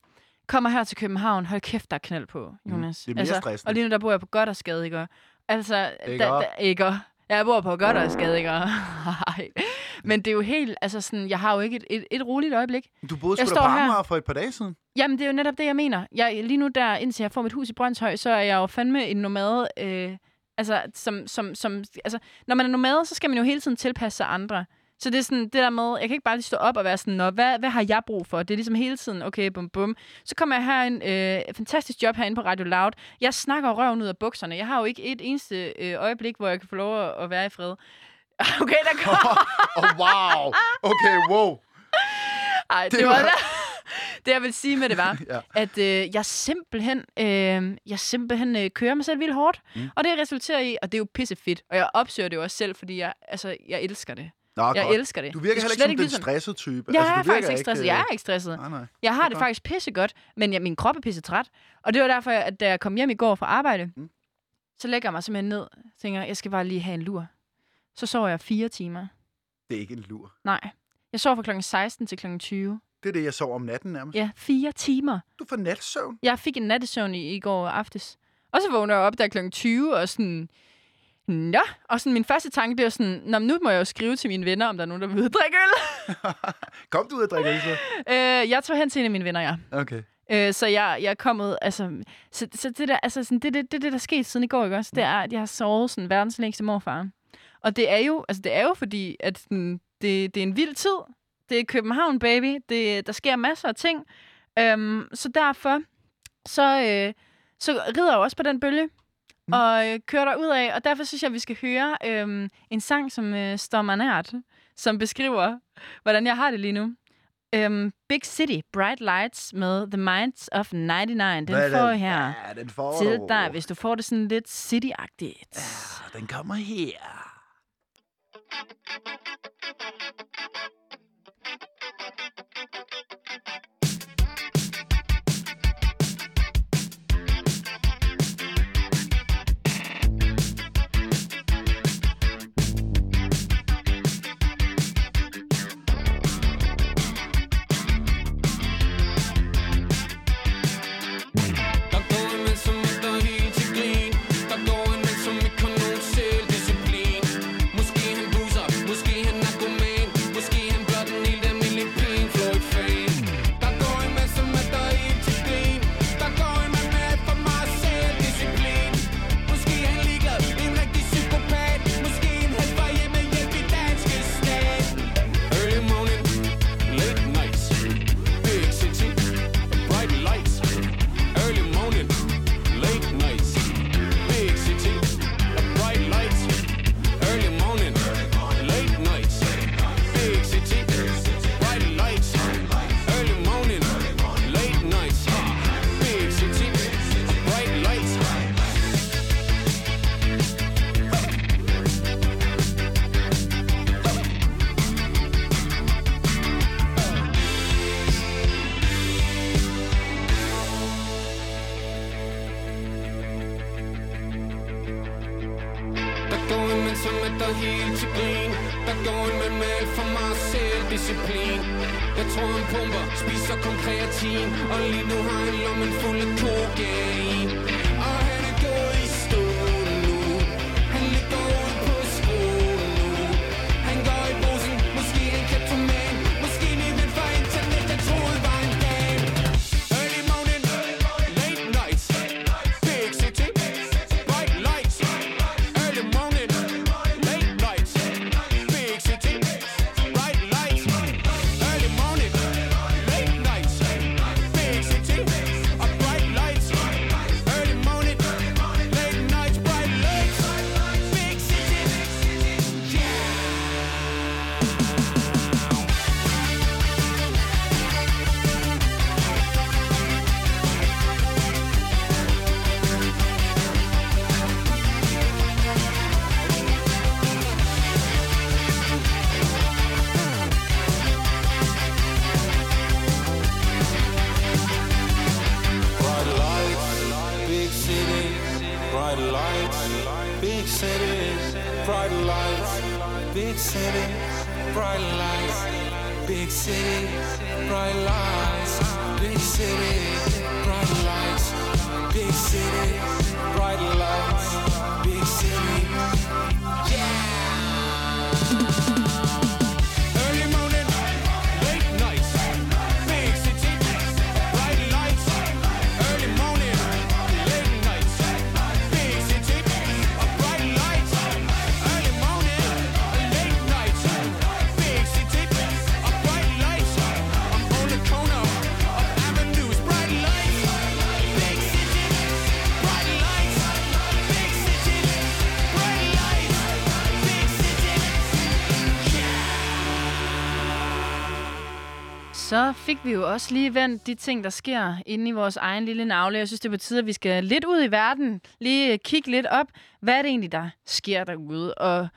Speaker 2: Kommer her til København, hold kæft, der er knald på, Jonas.
Speaker 1: Mm. det er mere
Speaker 2: altså,
Speaker 1: stressende.
Speaker 2: Og lige nu, der bor jeg på Goddersgade, ikke? Og Altså,
Speaker 1: Ikke?
Speaker 2: da, da, ikke? og- Jeg bor på Goddersgade, ikke? [laughs] Og- Ej. Men det er jo helt, altså sådan, jeg har jo ikke et, et, et roligt øjeblik.
Speaker 1: Du boede
Speaker 2: Jeg
Speaker 1: sgu da
Speaker 2: står
Speaker 1: på
Speaker 2: her.
Speaker 1: Amager for et par dage siden.
Speaker 2: Jamen, det er jo netop det, jeg mener. Jeg, lige nu der, indtil jeg får mit hus i Brøndshøj, så er jeg jo fandme en nomade. Øh, altså, som, som, som, altså, når man er nomade, så skal man jo hele tiden tilpasse sig andre. Så det er sådan det der med, jeg kan ikke bare lige stå op og være sådan, Nå, hvad, hvad har jeg brug for? Det er ligesom hele tiden, okay, bum bum. Så kommer jeg herind, øh, fantastisk job herinde på Radio Loud. Jeg snakker røven ud af bukserne. Jeg har jo ikke et eneste øh, øjeblik, hvor jeg kan få lov at, at være i fred. [laughs] Okay, der kom...
Speaker 1: oh, wow. Okay, wow.
Speaker 2: Ej, det,
Speaker 1: Det
Speaker 2: det var...
Speaker 1: var-
Speaker 2: [laughs] det, jeg vil sige med det
Speaker 1: [laughs]
Speaker 2: var,
Speaker 1: Ja.
Speaker 2: ja. at øh, jeg simpelthen, øh, jeg simpelthen øh, kører mig selv vildt hårdt.
Speaker 1: Mm.
Speaker 2: Mm. Og det resulterer i, og det er jo pissefedt. Og jeg opsøger det jo også selv, fordi jeg, altså, jeg elsker det.
Speaker 1: Nå,
Speaker 2: Jeg
Speaker 1: godt.
Speaker 2: elsker det.
Speaker 1: Du virker
Speaker 2: Det er
Speaker 1: heller
Speaker 2: slet
Speaker 1: ikke som den
Speaker 2: ligesom-
Speaker 1: stressede type.
Speaker 2: Jeg
Speaker 1: Altså, du
Speaker 2: er faktisk
Speaker 1: virker
Speaker 2: ikke stresset.
Speaker 1: øh,
Speaker 2: Jeg er ikke stresset.
Speaker 1: Nej, nej.
Speaker 2: Jeg har
Speaker 1: Det er
Speaker 2: det,
Speaker 1: godt.
Speaker 2: faktisk pissegodt, men jeg, min krop er pissetræt. Og det var derfor, at da jeg kom hjem i går fra arbejde,
Speaker 1: Mm.
Speaker 2: mm. så lægger jeg mig simpelthen ned tænker, jeg skal bare lige have en lur. Så sover jeg fire timer.
Speaker 1: Det er ikke en lur.
Speaker 2: Nej, jeg sover fra klokken 16 til klokken 20.
Speaker 1: Det er det, jeg sover om natten nærmest.
Speaker 2: Ja, fire timer.
Speaker 1: Du får natsøvn. [laughs]
Speaker 2: Jeg fik en nattesøvn i, i går aftes. Og så vågner jeg op der kl. 20 og sådan... Nå, og sådan min første tanke, det var sådan, Nå, men nu må jeg jo skrive til mine venner, om der er nogen, der vil ud og drikke øl. [laughs]
Speaker 1: Kom du ud og drikke øl, så?
Speaker 2: øh, jeg tog hen til en af mine venner, ja.
Speaker 1: Okay.
Speaker 2: Øh, så jeg, jeg er kommet, altså, så, så det der, altså, sådan, det, det, det, det, der skete siden i går, ikke også, det er, at jeg har sovet sådan verdens længste morfar. Og det er jo, altså, det er jo fordi, at sådan, det, det er en vild tid. Det er København, baby. Det, der sker masser af ting. Øhm, så derfor, så, øh, så rider jeg også på den bølge, mm. og øh, kører der ud af, og derfor synes jeg, at vi skal høre øh, en sang, som øh, står mig nært, som beskriver, hvordan jeg har det lige nu. Øhm, Big City, Bright Lights med The Minds of 99. Den
Speaker 1: Hvad er
Speaker 2: får jeg her
Speaker 1: Ja, den får
Speaker 2: til
Speaker 1: du. Ah,
Speaker 2: dig, hvis du får det sådan lidt city-agtigt.
Speaker 1: Den kommer her.
Speaker 5: Der går en mand, som ikke er helt til grin. Der går en mand, som ikke har nogen selvdisciplin. Måske han busser, måske han narkoman. Måske han blot en helt almindelig Pink Floyd-fan. Der går en mand, som ikke er helt til grin. Der går en mand med alt for meget selvdisciplin. Måske er han ligeglad, en rigtig psykopat. Måske en helt fra hjemmehjælp i danske stat. Early morning, late nights. Big city, bright lights. Early morning, late nights. Big city, bright lights. Early morning, late nights. Big city, bright lights. Early morning, late nights. Big city, bright lights. Der går en mand, som er der helt til grin Der går en mand med alt for meget selvdisciplin Jeg tror han pumper, spiser kun kreatin Og lige nu har han lommen fuld af kokain Og han er gået i stå nu Han ligger ude på skolen nu Han går i brusen, måske er han kleptoman Måske min ven fra internet, jeg troede var en dame Early morning, late nights Big city, bright lights Early morning, late nights Big city, bright lights Early morning, late nights Big city, bright lights Early morning, late nights Bright lights, big city Yeah
Speaker 6: Bright lights, big city, bright lights, big city, bright lights, big city, bright lights, big city, bright lights, big city, bright lights, big city, bright lights, big city.
Speaker 5: Early morning, late nights, big city, bright lights. Early morning, late nights, big city, bright lights. Early morning, late nights, big city, bright lights. I'm on the corner of avenues, bright lights, big city, bright lights, big city, bright lights, big city.
Speaker 2: Så fik vi jo også lige vendt de ting, der sker inde i vores egen lille navle. Jeg synes, det betyder, at vi skal lidt ud i verden, lige øh, kigge lidt op. Hvad er det egentlig, der sker derude? Og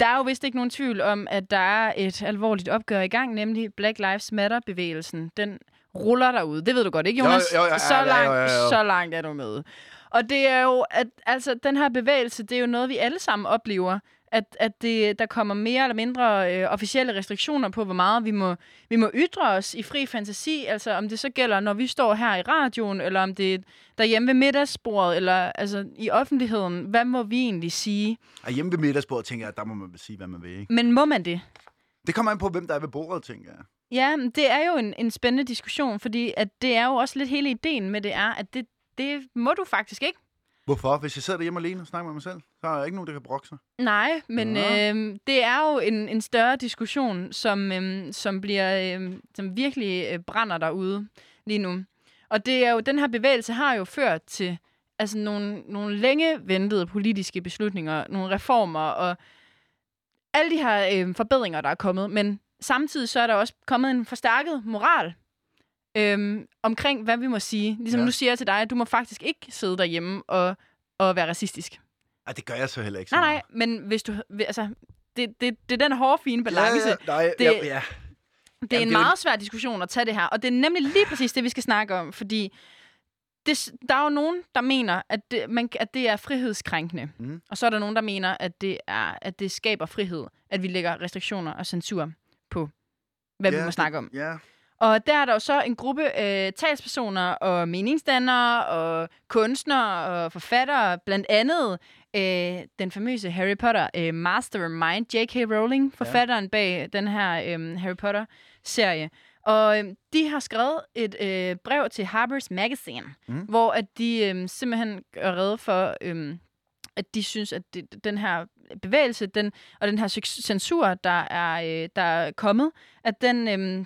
Speaker 2: der er jo vist ikke nogen tvivl om, at der er et alvorligt opgør i gang, nemlig Black Lives Matter-bevægelsen. Den ruller derude. Det ved du godt, ikke
Speaker 1: Jo, jo,
Speaker 2: Jonas?
Speaker 1: jo, ja, ja,
Speaker 2: så,
Speaker 1: ja, ja,
Speaker 2: langt,
Speaker 1: ja, ja.
Speaker 2: så langt er du med. Og det er jo, at altså, den her bevægelse, det er jo noget, vi alle sammen oplever. At, at det, der kommer mere eller mindre øh, officielle restriktioner på, hvor meget vi må, vi må ytre os i fri fantasi. Altså om det så gælder, når vi står her i radioen, eller om det er derhjemme ved middagsbordet, eller altså, i offentligheden. Hvad må vi egentlig sige?
Speaker 1: Og hjemme ved middagsbordet tænker jeg, at der må man sige, hvad man vil. Ikke?
Speaker 2: Men må man det?
Speaker 1: Det kommer an på, hvem der er ved bordet, tænker jeg.
Speaker 2: Ja, men det er jo en, en spændende diskussion, fordi at det er jo også lidt hele ideen med det er, at det, det må du faktisk ikke.
Speaker 1: Hvorfor? Hvis jeg sidder derhjemme alene og snakker med mig selv, så er der ikke nogen, der kan brokke sig.
Speaker 2: Nej, men
Speaker 1: Nå.
Speaker 2: øh, det er jo en, en større diskussion, som, øh, som, bliver, øh, som virkelig øh, brænder derude lige nu. Og det er jo, den her bevægelse har jo ført til altså nogle, nogle længe ventede politiske beslutninger, nogle reformer og alle de her øh, forbedringer, der er kommet. Men samtidig så er der også kommet en forstærket moral øhm, omkring, hvad vi må sige. Ligesom
Speaker 1: Ja.
Speaker 2: ja. nu siger jeg til dig, at du må faktisk ikke sidde derhjemme og, og være racistisk.
Speaker 1: Ej, det gør jeg så heller ikke så
Speaker 2: Nej, nej,
Speaker 1: meget.
Speaker 2: men hvis du... vi- Altså, det, det, det er den hårde, fine
Speaker 1: Ja,
Speaker 2: balance.
Speaker 1: ja, nej, det,
Speaker 2: Det-
Speaker 1: ja, ja.
Speaker 2: Det er
Speaker 1: Jamen,
Speaker 2: en
Speaker 1: det er jo-
Speaker 2: meget svær diskussion at tage det her, og det er nemlig lige præcis det, vi skal snakke om, fordi det, s- der er jo nogen, der mener, at det, man, at det er frihedskrænkende,
Speaker 1: Mhm.
Speaker 2: mm. og så er der nogen, der mener, at det, er, at det skaber frihed, at vi lægger restriktioner og censur på, hvad
Speaker 1: Ja,
Speaker 2: vi må
Speaker 1: det-
Speaker 2: snakke om.
Speaker 1: ja.
Speaker 2: Og der er der jo så en gruppe øh, talspersoner og meningsdannere og kunstnere og forfattere, blandt andet øh, den famøse Harry Potter øh, mastermind J.K. Rowling, forfatteren ja. bag den her øh, Harry Potter-serie. Og øh, de har skrevet et øh, brev til Harper's Magazine,
Speaker 1: Mm.
Speaker 2: mm. hvor at de øh, simpelthen gør rede for, øh, at de synes, at det, den her bevægelse den, og den her seks- censur, der er, øh, der er kommet, at den... Øh,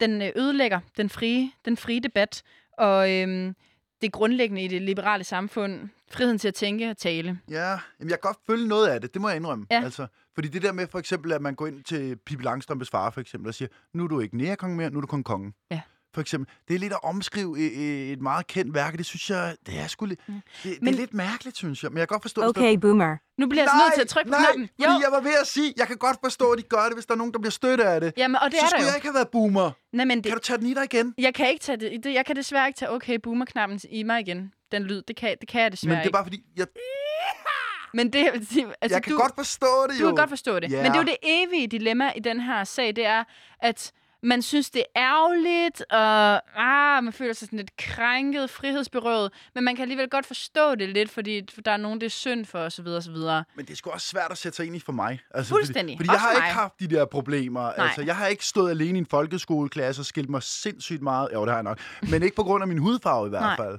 Speaker 2: den øh, ødelægger den frie, den frie debat og øhm, det grundlæggende i det liberale samfund. Friheden til at tænke og tale.
Speaker 1: Ja, Jamen, jeg kan godt følge noget af det, det må jeg indrømme.
Speaker 2: Ja.
Speaker 1: Altså, fordi det der med for eksempel, at man går ind til Pippi Langstrømpes far for eksempel og siger, nu er du ikke nærkong mere, nu er du kun kongen.
Speaker 2: Ja.
Speaker 1: For eksempel, det er lidt at omskrive e- e- et meget kendt værk, og det synes jeg, det er sgu lidt, det, det er
Speaker 2: Mm. Men-
Speaker 1: lidt mærkeligt, synes jeg. Men jeg kan godt forstå, hvis der-
Speaker 4: Okay, boomer.
Speaker 2: Nu bliver jeg altså nødt til at trykke på
Speaker 1: nej,
Speaker 2: knappen.
Speaker 1: Nej, fordi jeg var ved at sige, jeg kan godt forstå, at de gør det, hvis der er nogen, der bliver stødt af det.
Speaker 2: Jamen, og det
Speaker 1: så
Speaker 2: er
Speaker 1: skulle
Speaker 2: der
Speaker 1: jeg
Speaker 2: jo.
Speaker 1: ikke have været boomer.
Speaker 2: Nej, men det,
Speaker 1: Kan du tage den i dig igen?
Speaker 2: jeg kan ikke tage det, det. Jeg kan desværre ikke tage okay boomer-knappen i mig igen. Den lyd, det kan, det kan jeg desværre
Speaker 1: Men det er bare fordi, jeg,
Speaker 2: ikke. Men det, altså,
Speaker 1: jeg kan
Speaker 2: du,
Speaker 1: godt forstå det
Speaker 2: Du
Speaker 1: jo.
Speaker 2: kan godt forstå det.
Speaker 1: Ja.
Speaker 2: Men det er jo det evige dilemma i den her sag, det er, at man synes, det er ærgerligt, og ah, man føler sig sådan lidt krænket, frihedsberøvet, men man kan alligevel godt forstå det lidt, fordi der er nogen, det er synd for, osv. osv.
Speaker 1: Men det er sgu også svært at sætte sig ind i for mig. Altså,
Speaker 2: Fuldstændig.
Speaker 1: Fordi, fordi jeg
Speaker 2: Også
Speaker 1: har
Speaker 2: for
Speaker 1: ikke
Speaker 2: mig.
Speaker 1: haft de der problemer. Nej. Altså, jeg har ikke stået alene i en folkeskoleklasse og skilt mig sindssygt meget. Jo, det har jeg nok. Men ikke på grund af min hudfarve i hvert
Speaker 2: Nej.
Speaker 1: fald.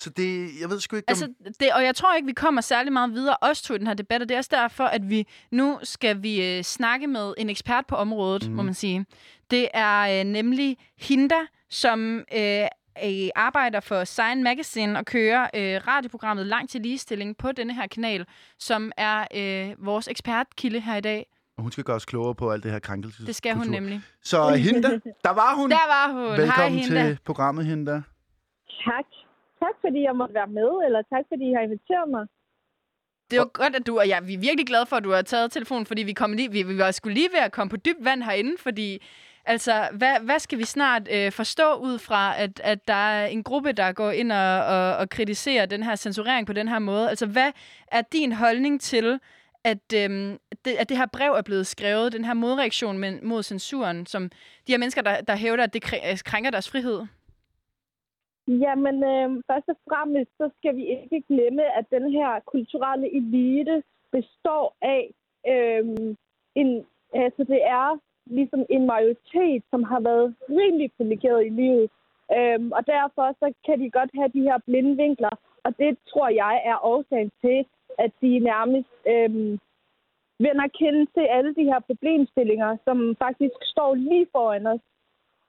Speaker 1: Så det, jeg ved sgu ikke,
Speaker 2: Altså,
Speaker 1: om...
Speaker 2: det, og jeg tror ikke, vi kommer særlig meget videre, også to i den her debat, og det er også derfor, at vi nu skal vi øh, snakke med en ekspert på
Speaker 1: Mhm.
Speaker 2: området, mm. må man sige. Det er øh, nemlig Hinda, som øh, øh, arbejder for Sign Magazine og kører øh, radioprogrammet Langt til Ligestilling på denne her kanal, som er øh, vores ekspertkilde her i dag.
Speaker 1: Hun skal gøre os klogere på alt det her krænkelse.
Speaker 2: Det skal hun nemlig.
Speaker 1: Så øh, Hinda, der var hun.
Speaker 2: Der var hun. Hej,
Speaker 1: Velkommen
Speaker 2: Hinda.
Speaker 1: til programmet, Hinda.
Speaker 7: Tak. Tak, fordi jeg måtte være med, eller tak, fordi I har inviteret mig.
Speaker 2: Det var godt, at du og jeg, vi er virkelig glade for, at du har taget telefonen, fordi vi, kom lige, vi, vi var skulle lige ved at komme på dybt vand herinde, fordi altså, hvad, hvad skal vi snart øh, forstå ud fra, at, at der er en gruppe, der går ind og, og, og kritiserer den her censurering på den her måde? Altså, hvad er din holdning til, at, øhm, det, at det her brev er blevet skrevet, den her modreaktion men, mod censuren, som de her mennesker, der, der hævder, at det kræ- øh, krænker deres frihed?
Speaker 7: Jamen, øh, først og fremmest, så skal vi ikke glemme, at den her kulturelle elite består af øh, en... Altså, det er ligesom en majoritet, som har været rimelig privilegeret i livet. Øhm, og derfor så kan de godt have de her blinde vinkler, og det tror jeg er årsagen til, at de nærmest øhm, vender kende til alle de her problemstillinger, som faktisk står lige foran os,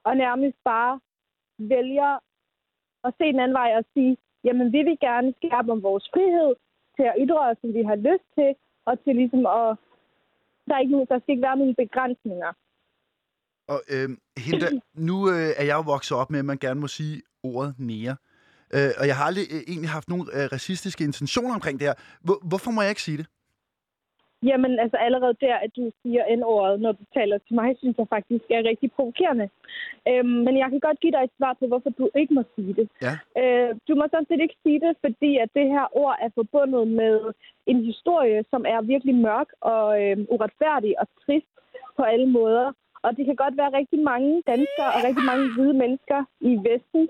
Speaker 7: og nærmest bare vælger at se den anden vej og sige, jamen vi vil gerne skærpe om vores frihed til at ytre os, som vi har lyst til, og til ligesom at, der, er ikke, nogen- der skal ikke være nogen begrænsninger.
Speaker 1: Og øh, Hinda, nu øh, er jeg jo vokset op med, at man gerne må sige ordet nære. Øh, og jeg har aldrig øh, egentlig haft nogen øh, racistiske intentioner omkring det her. Hvor, hvorfor må jeg ikke sige det?
Speaker 7: Jamen, altså allerede der, at du siger N-ordet, når du taler til mig, synes jeg faktisk er rigtig provokerende. Øhm, men jeg kan godt give dig et svar på, hvorfor du ikke må sige det.
Speaker 1: Ja.
Speaker 7: Øh, du må sådan set ikke sige det, fordi at det her ord er forbundet med en historie, som er virkelig mørk og øhm, uretfærdig og trist på alle måder. Og det kan godt være, at rigtig mange danskere og rigtig mange hvide mennesker i Vesten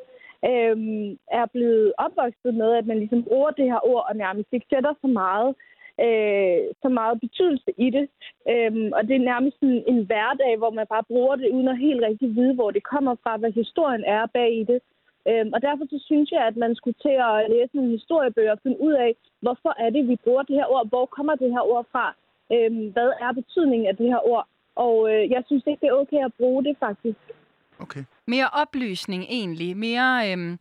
Speaker 7: øhm, er blevet opvokset med, at man ligesom bruger det her ord og nærmest ikke sætter så meget øh, så meget betydelse i det. Øhm, og det er nærmest sådan en hverdag, hvor man bare bruger det, uden at helt rigtig vide, hvor det kommer fra, hvad historien er bag i det. Øhm, og derfor så synes jeg, at man skulle til at læse nogle historiebøger og finde ud af, hvorfor er det, vi bruger det her ord, hvor kommer det her ord fra, øhm, hvad er betydningen af det her ord. Og øh, jeg synes ikke, det er okay at bruge det faktisk.
Speaker 1: Okay.
Speaker 2: Mere oplysning egentlig, mere, øhm,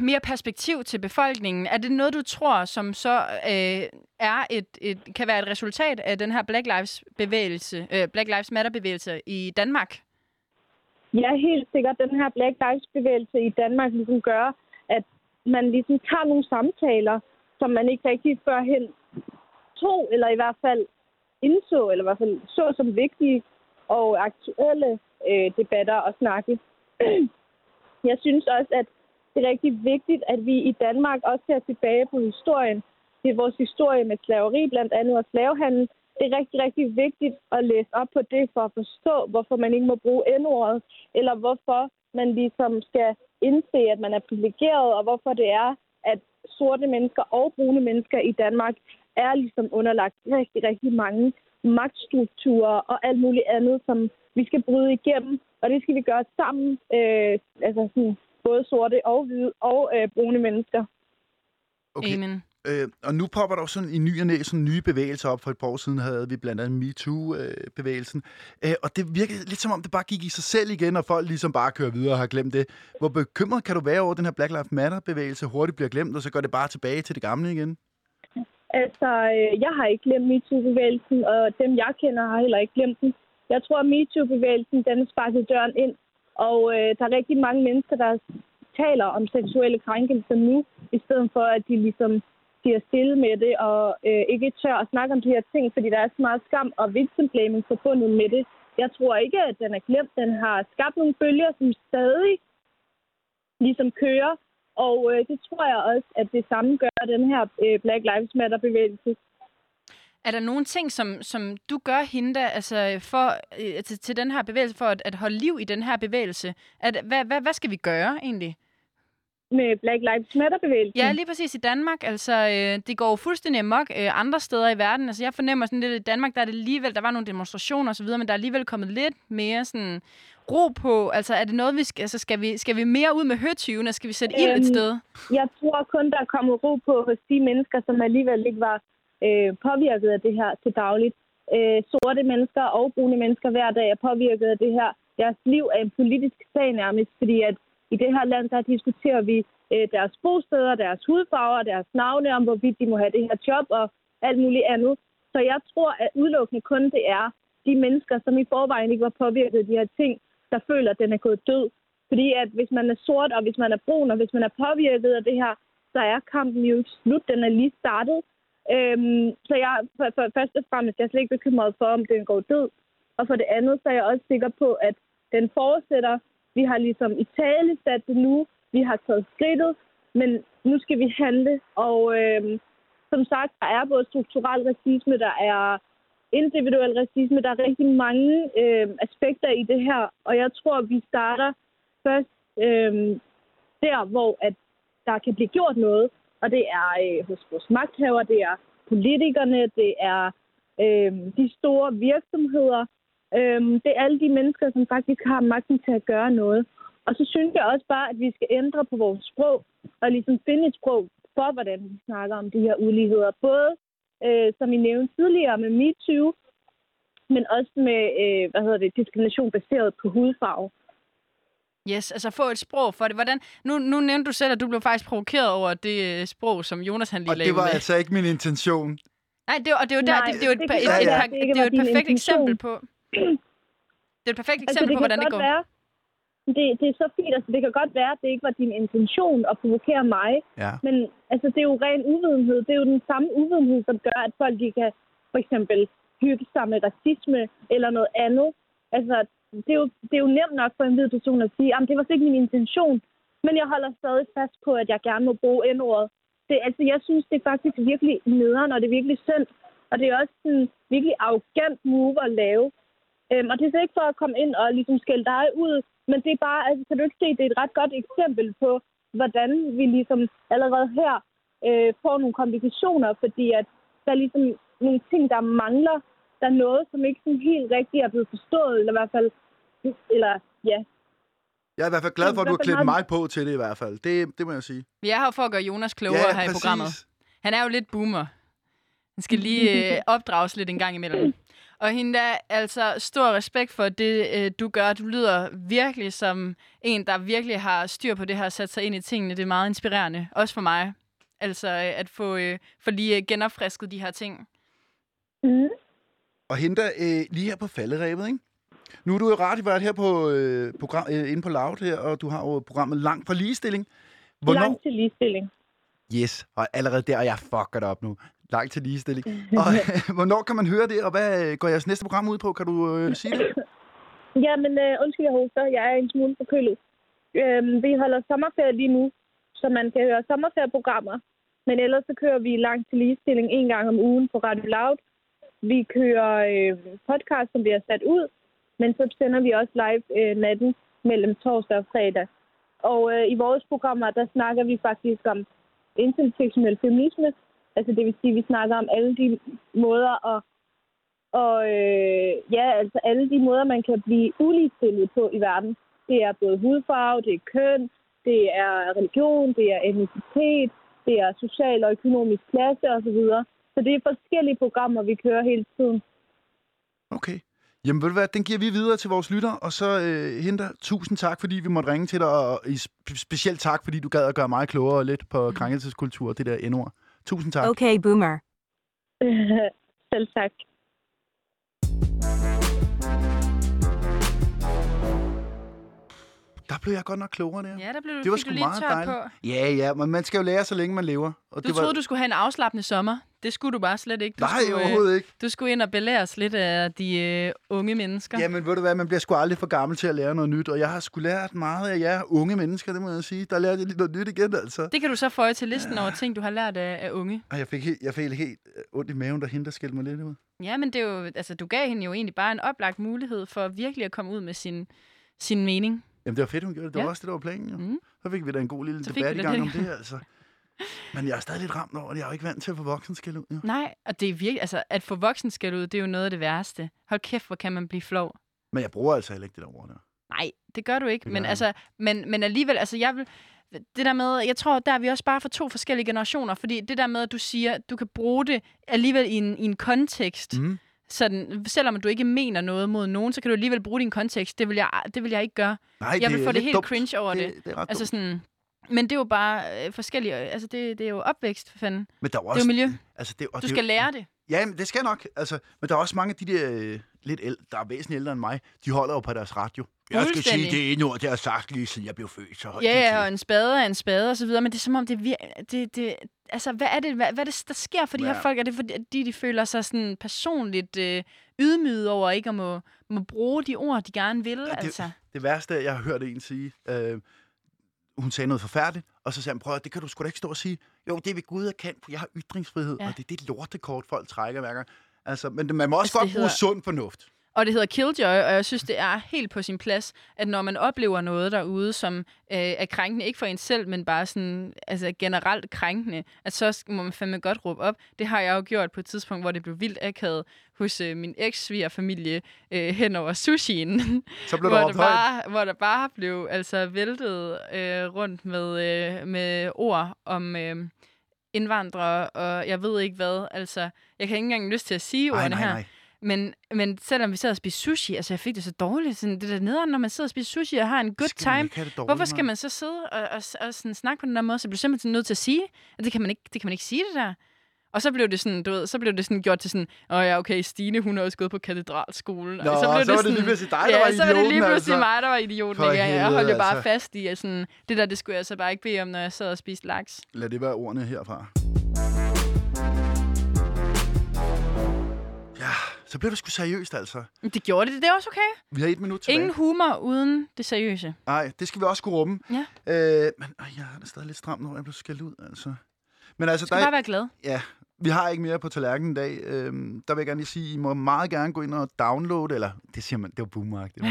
Speaker 2: mere perspektiv til befolkningen. Er det noget, du tror, som så øh, er et, et, kan være et resultat af den her Black Lives, bevægelse, øh, Black Lives Matter-bevægelse i Danmark?
Speaker 7: Ja, helt sikkert. Den her Black Lives-bevægelse i Danmark ligesom gør, at man ligesom tager nogle samtaler, som man ikke rigtig førhen tog, eller i hvert fald indså, eller i hvert fald så som vigtige og aktuelle øh, debatter og snakke. Jeg synes også, at det er rigtig vigtigt, at vi i Danmark også ser tilbage på historien. Det er vores historie med slaveri blandt andet og slavehandel. Det er rigtig, rigtig vigtigt at læse op på det for at forstå, hvorfor man ikke må bruge N-ordet, eller hvorfor man ligesom skal indse, at man er privilegeret, og hvorfor det er, at sorte mennesker og brune mennesker i Danmark er ligesom underlagt rigtig, rigtig mange magtstrukturer og alt muligt andet, som vi skal bryde igennem, og det skal vi gøre sammen, øh, altså sådan, både sorte og hvide og øh, brune mennesker.
Speaker 1: okay.
Speaker 2: Amen.
Speaker 1: Øh, og nu popper der jo sådan i ny og næ, sådan nye bevægelser op. For et par år siden havde vi blandt andet MeToo-bevægelsen. Øh, og det virkede lidt som om, det bare gik i sig selv igen, og folk ligesom bare kører videre og har glemt det. Hvor bekymret kan du være over, at den her Black Lives Matter-bevægelse hurtigt bliver glemt, og så går det bare tilbage til det gamle igen?
Speaker 7: Altså, øh, jeg har ikke glemt MeToo-bevægelsen, og dem, jeg kender, har heller ikke glemt den. Jeg tror, at MeToo-bevægelsen, den sparkede døren ind, og øh, der er rigtig mange mennesker, der taler om seksuelle krænkelser nu, i stedet for, at de ligesom bliver stille med det, og øh, ikke tør at snakke om de her ting, fordi der er så meget skam og victim blaming forbundet med det. Jeg tror ikke, at den er glemt. Den har skabt nogle bølger, som stadig ligesom kører. Og øh, det tror jeg også, at det samme gør den her øh, Black Lives Matter-bevægelse.
Speaker 2: Er der nogle ting, som, som du gør, Hinda, altså for, øh, til, til den her bevægelse, for at, at holde liv i den her bevægelse? At, hvad, hvad, hvad skal vi gøre egentlig?
Speaker 7: Med Black Lives Matter-bevægelsen.
Speaker 2: Ja, lige præcis i Danmark. Altså, øh, det går jo fuldstændig amok øh, andre steder i verden. Altså, jeg fornemmer sådan lidt, at i Danmark, der er det alligevel, der var nogle demonstrationer osv., men der er alligevel kommet lidt mere sådan ro på. Altså, er det noget, vi skal, altså, skal, vi, skal vi mere ud med høtyvene? Skal vi sætte ild et
Speaker 7: Øhm,
Speaker 2: sted?
Speaker 7: Jeg tror kun, der er kommet ro på hos de mennesker, som alligevel ikke var øh, påvirket af det her til dagligt. Øh, sorte mennesker og brune mennesker hver dag er påvirket af det her. Deres liv er en politisk sag nærmest, fordi at i det her land, der diskuterer vi øh, deres bosteder, deres hudfarver, deres navne, om hvorvidt de må have det her job og alt muligt andet. Så jeg tror, at udelukkende kun det er de mennesker, som i forvejen ikke var påvirket af de her ting, der føler, at den er gået død. Fordi at hvis man er sort, og hvis man er brun, og hvis man er påvirket af det her, så er kampen jo ikke slut. Den er lige startet. Øhm, så jeg, for, for, først og fremmest, jeg er slet ikke bekymret for, om den går død. Og for det andet, så er jeg også sikker på, at den fortsætter. Vi har ligesom i tale sat det nu. Vi har taget skridtet, men nu skal vi handle. Og øhm, som sagt, der er både strukturel racisme, der er individuel racisme. Der er rigtig mange øh, aspekter i det her, og jeg tror, at vi starter først øh, der, hvor at der kan blive gjort noget, og det er øh, hos vores magthaver, det er politikerne, det er øh, de store virksomheder, øh, det er alle de mennesker, som faktisk har magten til at gøre noget. Og så synes jeg også bare, at vi skal ændre på vores sprog, og ligesom finde et sprog for, hvordan vi snakker om de her uligheder, både øh, som I nævnte tidligere med MeToo, men også med øh, hvad hedder det, diskrimination baseret på hudfarve.
Speaker 2: Yes, altså få et sprog for det. Hvordan, nu, nu nævnte du selv, at du blev faktisk provokeret over det øh, sprog, som Jonas han lige
Speaker 1: Og
Speaker 2: lagde
Speaker 1: det var
Speaker 2: ud med.
Speaker 1: altså ikke min intention.
Speaker 2: Nej, det, og det er jo der,
Speaker 7: Nej,
Speaker 2: det, det er jo et,
Speaker 7: det
Speaker 2: pa-
Speaker 7: kan
Speaker 2: et,
Speaker 1: godt
Speaker 2: et,
Speaker 1: være,
Speaker 2: par-
Speaker 7: det ikke
Speaker 2: det er jo
Speaker 7: var
Speaker 2: et
Speaker 7: din
Speaker 2: perfekt
Speaker 7: intention.
Speaker 2: eksempel
Speaker 7: Altså,
Speaker 2: på... Det er et perfekt eksempel på, hvordan det går.
Speaker 7: være, det, det er så fint, altså det kan godt være, at det ikke var din intention at provokere mig,
Speaker 1: Ja.
Speaker 7: men altså, det er jo ren uvidenhed. Det er jo den samme uvidenhed, som gør, at folk ikke kan for eksempel hygge sig med racisme eller noget andet. Altså, det er jo, det er jo nemt nok for en hvid person at sige, at det var slet ikke min intention, men jeg holder stadig fast på, at jeg gerne må bruge N-ordet. Det, altså, jeg synes, det er faktisk virkelig nederen, og det er virkelig synd. Og det er også en virkelig arrogant move at lave. Øhm, og det er så ikke for at komme ind og ligesom skælde dig ud, men det er bare, altså, kan du ikke se, det er et ret godt eksempel på, hvordan vi ligesom allerede her øh, får nogle komplikationer, fordi at der er ligesom nogle ting, der mangler. Der er noget, som ikke sådan helt rigtigt er blevet forstået, eller i hvert fald, eller ja.
Speaker 1: Jeg er i hvert fald glad for, at du har
Speaker 7: I hvert fald
Speaker 1: klædt mig
Speaker 7: meget-
Speaker 1: på til det i hvert fald. Det, det må jeg sige.
Speaker 2: Vi er her for at gøre Jonas klogere ja, her i programmet. Han er jo lidt boomer. Han skal lige øh, opdrages lidt en gang imellem. Og hende der, altså stor respekt for det, øh, du gør. Du lyder virkelig som en, der virkelig har styr på det her og sat sig ind i tingene. Det er meget inspirerende, også for mig. Altså øh, at få, øh, få lige øh, genopfrisket de her ting.
Speaker 7: Mm.
Speaker 1: Og hente øh, lige her på falderæbet, ikke? Nu er du jo radiovært her på, øh, program, øh, inde på Loud her, og du har jo programmet Langt fra Ligestilling. Hvornår?
Speaker 7: Langt til ligestilling.
Speaker 1: Yes, og allerede der, og jeg fucker det op nu. Langt til ligestilling. Og øh, hvornår kan man høre det, og hvad øh, går jeres næste program ud på? Kan du øh, sige det?
Speaker 7: Ja, men øh, undskyld, jeg hoster. Jeg er en smule forkølet. Øhm, vi holder sommerferie lige nu, så man kan høre sommerferieprogrammer. Men ellers så kører vi langt til ligestilling en gang om ugen på Radio Loud. Vi kører øh, podcast, som vi har sat ud, men så sender vi også live øh, natten mellem torsdag og fredag. Og øh, i vores programmer, der snakker vi faktisk om intersektionel feminisme. Altså det vil sige, at vi snakker om alle [laughs] de måder at og øh, ja, altså alle de måder, man kan blive uligestillet på i verden. Det er både hudfarve, det er køn, det er religion, det er etnicitet, det er social og økonomisk klasse osv. Så det er forskellige programmer, vi kører hele tiden.
Speaker 1: Okay. Jamen ved du hvad, den giver vi videre til vores lytter, og så øh, henter tusind tak, fordi vi måtte ringe til dig, og i spe- specielt tak, fordi du gad at gøre mig klogere lidt på krænkelseskultur og det der endord. Tusind tak.
Speaker 4: Okay, boomer.
Speaker 7: Selv tak.
Speaker 1: Der blev jeg godt nok klogere der.
Speaker 2: Ja, der blev du,
Speaker 1: det var
Speaker 2: fik
Speaker 1: sgu
Speaker 2: du lige
Speaker 1: meget
Speaker 2: tør
Speaker 1: dejligt.
Speaker 2: på.
Speaker 1: Ja, ja, men man skal jo lære, så længe man lever. Og
Speaker 2: Du troede, du skulle have en afslappende sommer. Det skulle du bare slet ikke. Du
Speaker 1: Nej,
Speaker 2: skulle, øh,
Speaker 1: overhovedet ikke.
Speaker 2: Du skulle ind og belæres lidt af de øh, unge mennesker.
Speaker 1: Jamen, ved du hvad, man bliver sgu aldrig for gammel til at lære noget nyt, og jeg har sgu lært meget af jer unge mennesker, det må jeg sige. Der lærte jeg lige noget nyt igen, altså.
Speaker 2: Det kan du så føje til listen over ting, du har lært af, af unge.
Speaker 1: Og jeg fik helt, jeg fik helt øh, ondt i maven, der hende, der skældte mig lidt ud.
Speaker 2: Ja, men det er jo, altså, du gav hende jo egentlig bare en oplagt mulighed for virkelig at komme ud med sin, sin mening.
Speaker 1: Jamen, det var fedt, hun gjorde det. Det var
Speaker 2: Ja.
Speaker 1: også det, der var planen, jo.
Speaker 2: Mm.
Speaker 1: Så fik vi da en god lille
Speaker 2: Så fik
Speaker 1: debat
Speaker 2: vi
Speaker 1: i
Speaker 2: da
Speaker 1: gang
Speaker 2: det.
Speaker 1: om det, altså. Men jeg er stadig lidt ramt over det. Jeg er jo ikke vant til at få voksen skæld ud, jo.
Speaker 2: Nej, og det er virkelig, altså, at få voksen skal ud, det er jo noget af det værste. Hold kæft, hvor kan man blive flov.
Speaker 1: Men jeg bruger altså heller ikke det der ord der.
Speaker 2: Nej, det gør du ikke.
Speaker 1: Det
Speaker 2: Men,
Speaker 1: gør jeg
Speaker 2: altså, men, men alligevel, altså jeg vil, det der med, jeg tror, der er vi også bare for to forskellige generationer, fordi det der med, at du siger, du kan bruge det alligevel i en, i en kontekst,
Speaker 1: Mhm.
Speaker 2: mm. sådan, selvom du ikke mener noget mod nogen, så kan du alligevel bruge din kontekst. Det vil jeg, det vil jeg ikke gøre.
Speaker 1: Nej,
Speaker 2: jeg
Speaker 1: det
Speaker 2: vil
Speaker 1: er
Speaker 2: få det
Speaker 1: lidt
Speaker 2: helt
Speaker 1: dumt.
Speaker 2: cringe over det.
Speaker 1: det, det er ret
Speaker 2: Altså
Speaker 1: altså,
Speaker 2: sådan, men det er jo bare øh, forskellige, øh, altså det, det er jo opvækst, for fanden.
Speaker 1: Men der er
Speaker 2: Det er
Speaker 1: også...
Speaker 2: jo miljø.
Speaker 1: Altså, det, og
Speaker 2: Du
Speaker 1: det,
Speaker 2: skal lære det.
Speaker 1: Ja, men det skal jeg nok. Altså, men der er også mange af de der øh, lidt ældre, der er væsentligt ældre end mig, de holder jo på deres radio. Jeg skal sige
Speaker 2: Fuldstændig.
Speaker 1: det ene ord, det har jeg sagt lige siden jeg blev født. Så hold din
Speaker 2: Ja, ja, og
Speaker 1: kæft.
Speaker 2: en spade er en spade og så videre, men det er som om, det, er vir- det, det altså, hvad er det, hvad, hvad er det, der sker for de
Speaker 1: Ja.
Speaker 2: her folk? Er det fordi, de føler sig sådan personligt øh, ydmyget over ikke at må, må bruge de ord, de gerne vil?
Speaker 1: det-
Speaker 2: altså.
Speaker 1: Det værste, jeg har hørt en sige, øh, hun sagde noget forfærdeligt, og så sagde han, prøv at høre, det kan du sgu da ikke stå og sige. Jo, det er ved Gud, jeg kan, for jeg har ytringsfrihed, ja.
Speaker 2: Ja.
Speaker 1: og det er det lortekort, folk trækker hver gang. Altså, men det- man må også
Speaker 2: Altså,
Speaker 1: altså,
Speaker 2: det
Speaker 1: godt bruge
Speaker 2: hedder-
Speaker 1: sund fornuft.
Speaker 2: Og det hedder Killjoy, og jeg synes, det er helt på sin plads, at når man oplever noget derude, som øh, er krænkende, ikke for en selv, men bare sådan, altså generelt krænkende, at så sk- må man fandme godt råbe op. Det har jeg jo gjort på et tidspunkt, hvor det blev vildt akavet hos øh, min eks familie øh, hen over sushien.
Speaker 1: Så blev der
Speaker 2: [laughs] hvor, der
Speaker 1: råbt højt.
Speaker 2: bare, hvor der bare blev altså væltet øh, rundt med, øh, med ord om øh, indvandrere, og jeg ved ikke hvad. Altså, jeg kan ikke engang lyst til at sige
Speaker 1: Nej,
Speaker 2: ordene
Speaker 1: nej,
Speaker 2: her.
Speaker 1: nej.
Speaker 2: Men, men selvom vi sad og spiste sushi, altså jeg fik det så dårligt. Sådan, det der nederen, når man sidder og spiser sushi og har en good
Speaker 1: Skal man
Speaker 2: time.
Speaker 1: ikke have det dårligt,
Speaker 2: Hvorfor skal
Speaker 1: mand?
Speaker 2: man så sidde og, og, og sådan snakke på den der måde? Så blev jeg simpelthen nødt til at sige, at det kan man ikke, det kan man ikke sige det der. Og så blev det sådan, du ved, så blev det sådan gjort til sådan, åh ja, okay, Stine, hun er også gået på katedralskolen.
Speaker 1: Nå,
Speaker 2: og så, blev
Speaker 1: så var det lige pludselig dig, der var
Speaker 2: ja, så var det lige
Speaker 1: idioten,
Speaker 2: pludselig
Speaker 1: altså.
Speaker 2: mig, der var idioten.
Speaker 1: For
Speaker 2: ikke? Ja, jeg
Speaker 1: helvede,
Speaker 2: holdt jo bare
Speaker 1: altså.
Speaker 2: fast i, at sådan, det der, det skulle jeg så bare ikke bede om, når jeg sad og spiste laks.
Speaker 1: Lad det være ordene herfra. Så blev det sgu seriøst, altså.
Speaker 2: Men Det gjorde det. Det er også okay.
Speaker 1: Vi har et minut tilbage.
Speaker 2: Ingen humor uden det seriøse.
Speaker 1: Nej, det skal vi også kunne rumme.
Speaker 2: Ja.
Speaker 1: Øh, men øh, jeg har det stadig lidt stramt, når jeg blev skældt ud, altså. Men altså,
Speaker 2: Du skal
Speaker 1: der,
Speaker 2: bare være glad.
Speaker 1: Ja, vi har ikke mere på tallerkenen i dag. Øhm, der vil jeg gerne lige sige, I må meget gerne gå ind og downloade, eller det siger man, det var
Speaker 2: [laughs]
Speaker 1: boomeragtigt.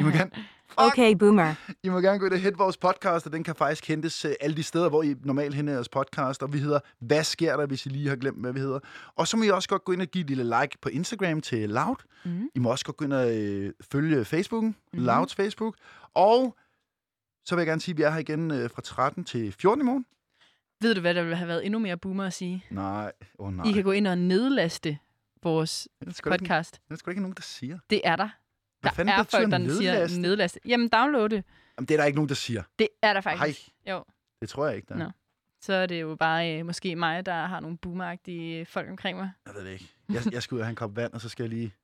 Speaker 1: I må gerne,
Speaker 4: Okay, boomer.
Speaker 1: I må gerne gå ind og hente vores podcast, og den kan faktisk hentes øh, alle de steder, hvor I normalt henter jeres podcast. Og vi hedder, hvad sker der, hvis I lige har glemt, hvad vi hedder. Og så må I også godt gå ind og give et lille like på Instagram til Loud.
Speaker 2: Mm-hmm.
Speaker 1: Mm. I må også godt gå ind og øh, følge Facebooken, mm. Louds Facebook. Og så vil jeg gerne sige, at vi er her igen øh, fra 13 til 14 i morgen.
Speaker 2: Ved du, hvad der ville have været endnu mere boomer at sige?
Speaker 1: Nej, åh oh, nej.
Speaker 2: I kan gå ind og nedlaste vores
Speaker 1: Det er sgu da ikke-
Speaker 2: podcast.
Speaker 1: Det er sgu da ikke nogen, der siger.
Speaker 2: Det er der.
Speaker 1: Hvad
Speaker 2: Der
Speaker 1: fanden
Speaker 2: er
Speaker 1: betyder
Speaker 2: folk, der siger
Speaker 1: nedlaste?
Speaker 2: nedlaste. Jamen, download det.
Speaker 1: Jamen, det er der ikke nogen, der siger.
Speaker 2: Det er der faktisk. Jo.
Speaker 1: Det tror jeg ikke, der er.
Speaker 2: Nå. Så er det jo bare øh, måske mig, der har nogle boomeragtige øh, folk omkring mig.
Speaker 1: Jeg ved det ikke. Jeg, jeg skal ud og have en kop vand, og så skal jeg lige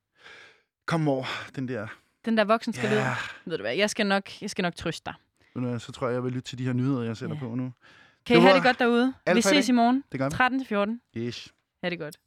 Speaker 1: komme over den der.
Speaker 2: Den der voksen skal
Speaker 1: Ja,
Speaker 2: yeah. Ved du hvad, jeg skal nok, jeg skal nok trøste dig.
Speaker 1: ved du hvad, så tror jeg, jeg vil lytte til de her nyheder, jeg sætter
Speaker 2: Ja.
Speaker 1: på nu.
Speaker 2: Kan I
Speaker 1: Det
Speaker 2: have
Speaker 1: var
Speaker 2: det godt derude?
Speaker 1: alt
Speaker 2: Vi
Speaker 1: for i
Speaker 2: ses
Speaker 1: dag.
Speaker 2: i morgen
Speaker 1: Det gør vi.
Speaker 2: 13-14.
Speaker 1: Yes.
Speaker 2: Ha' det godt.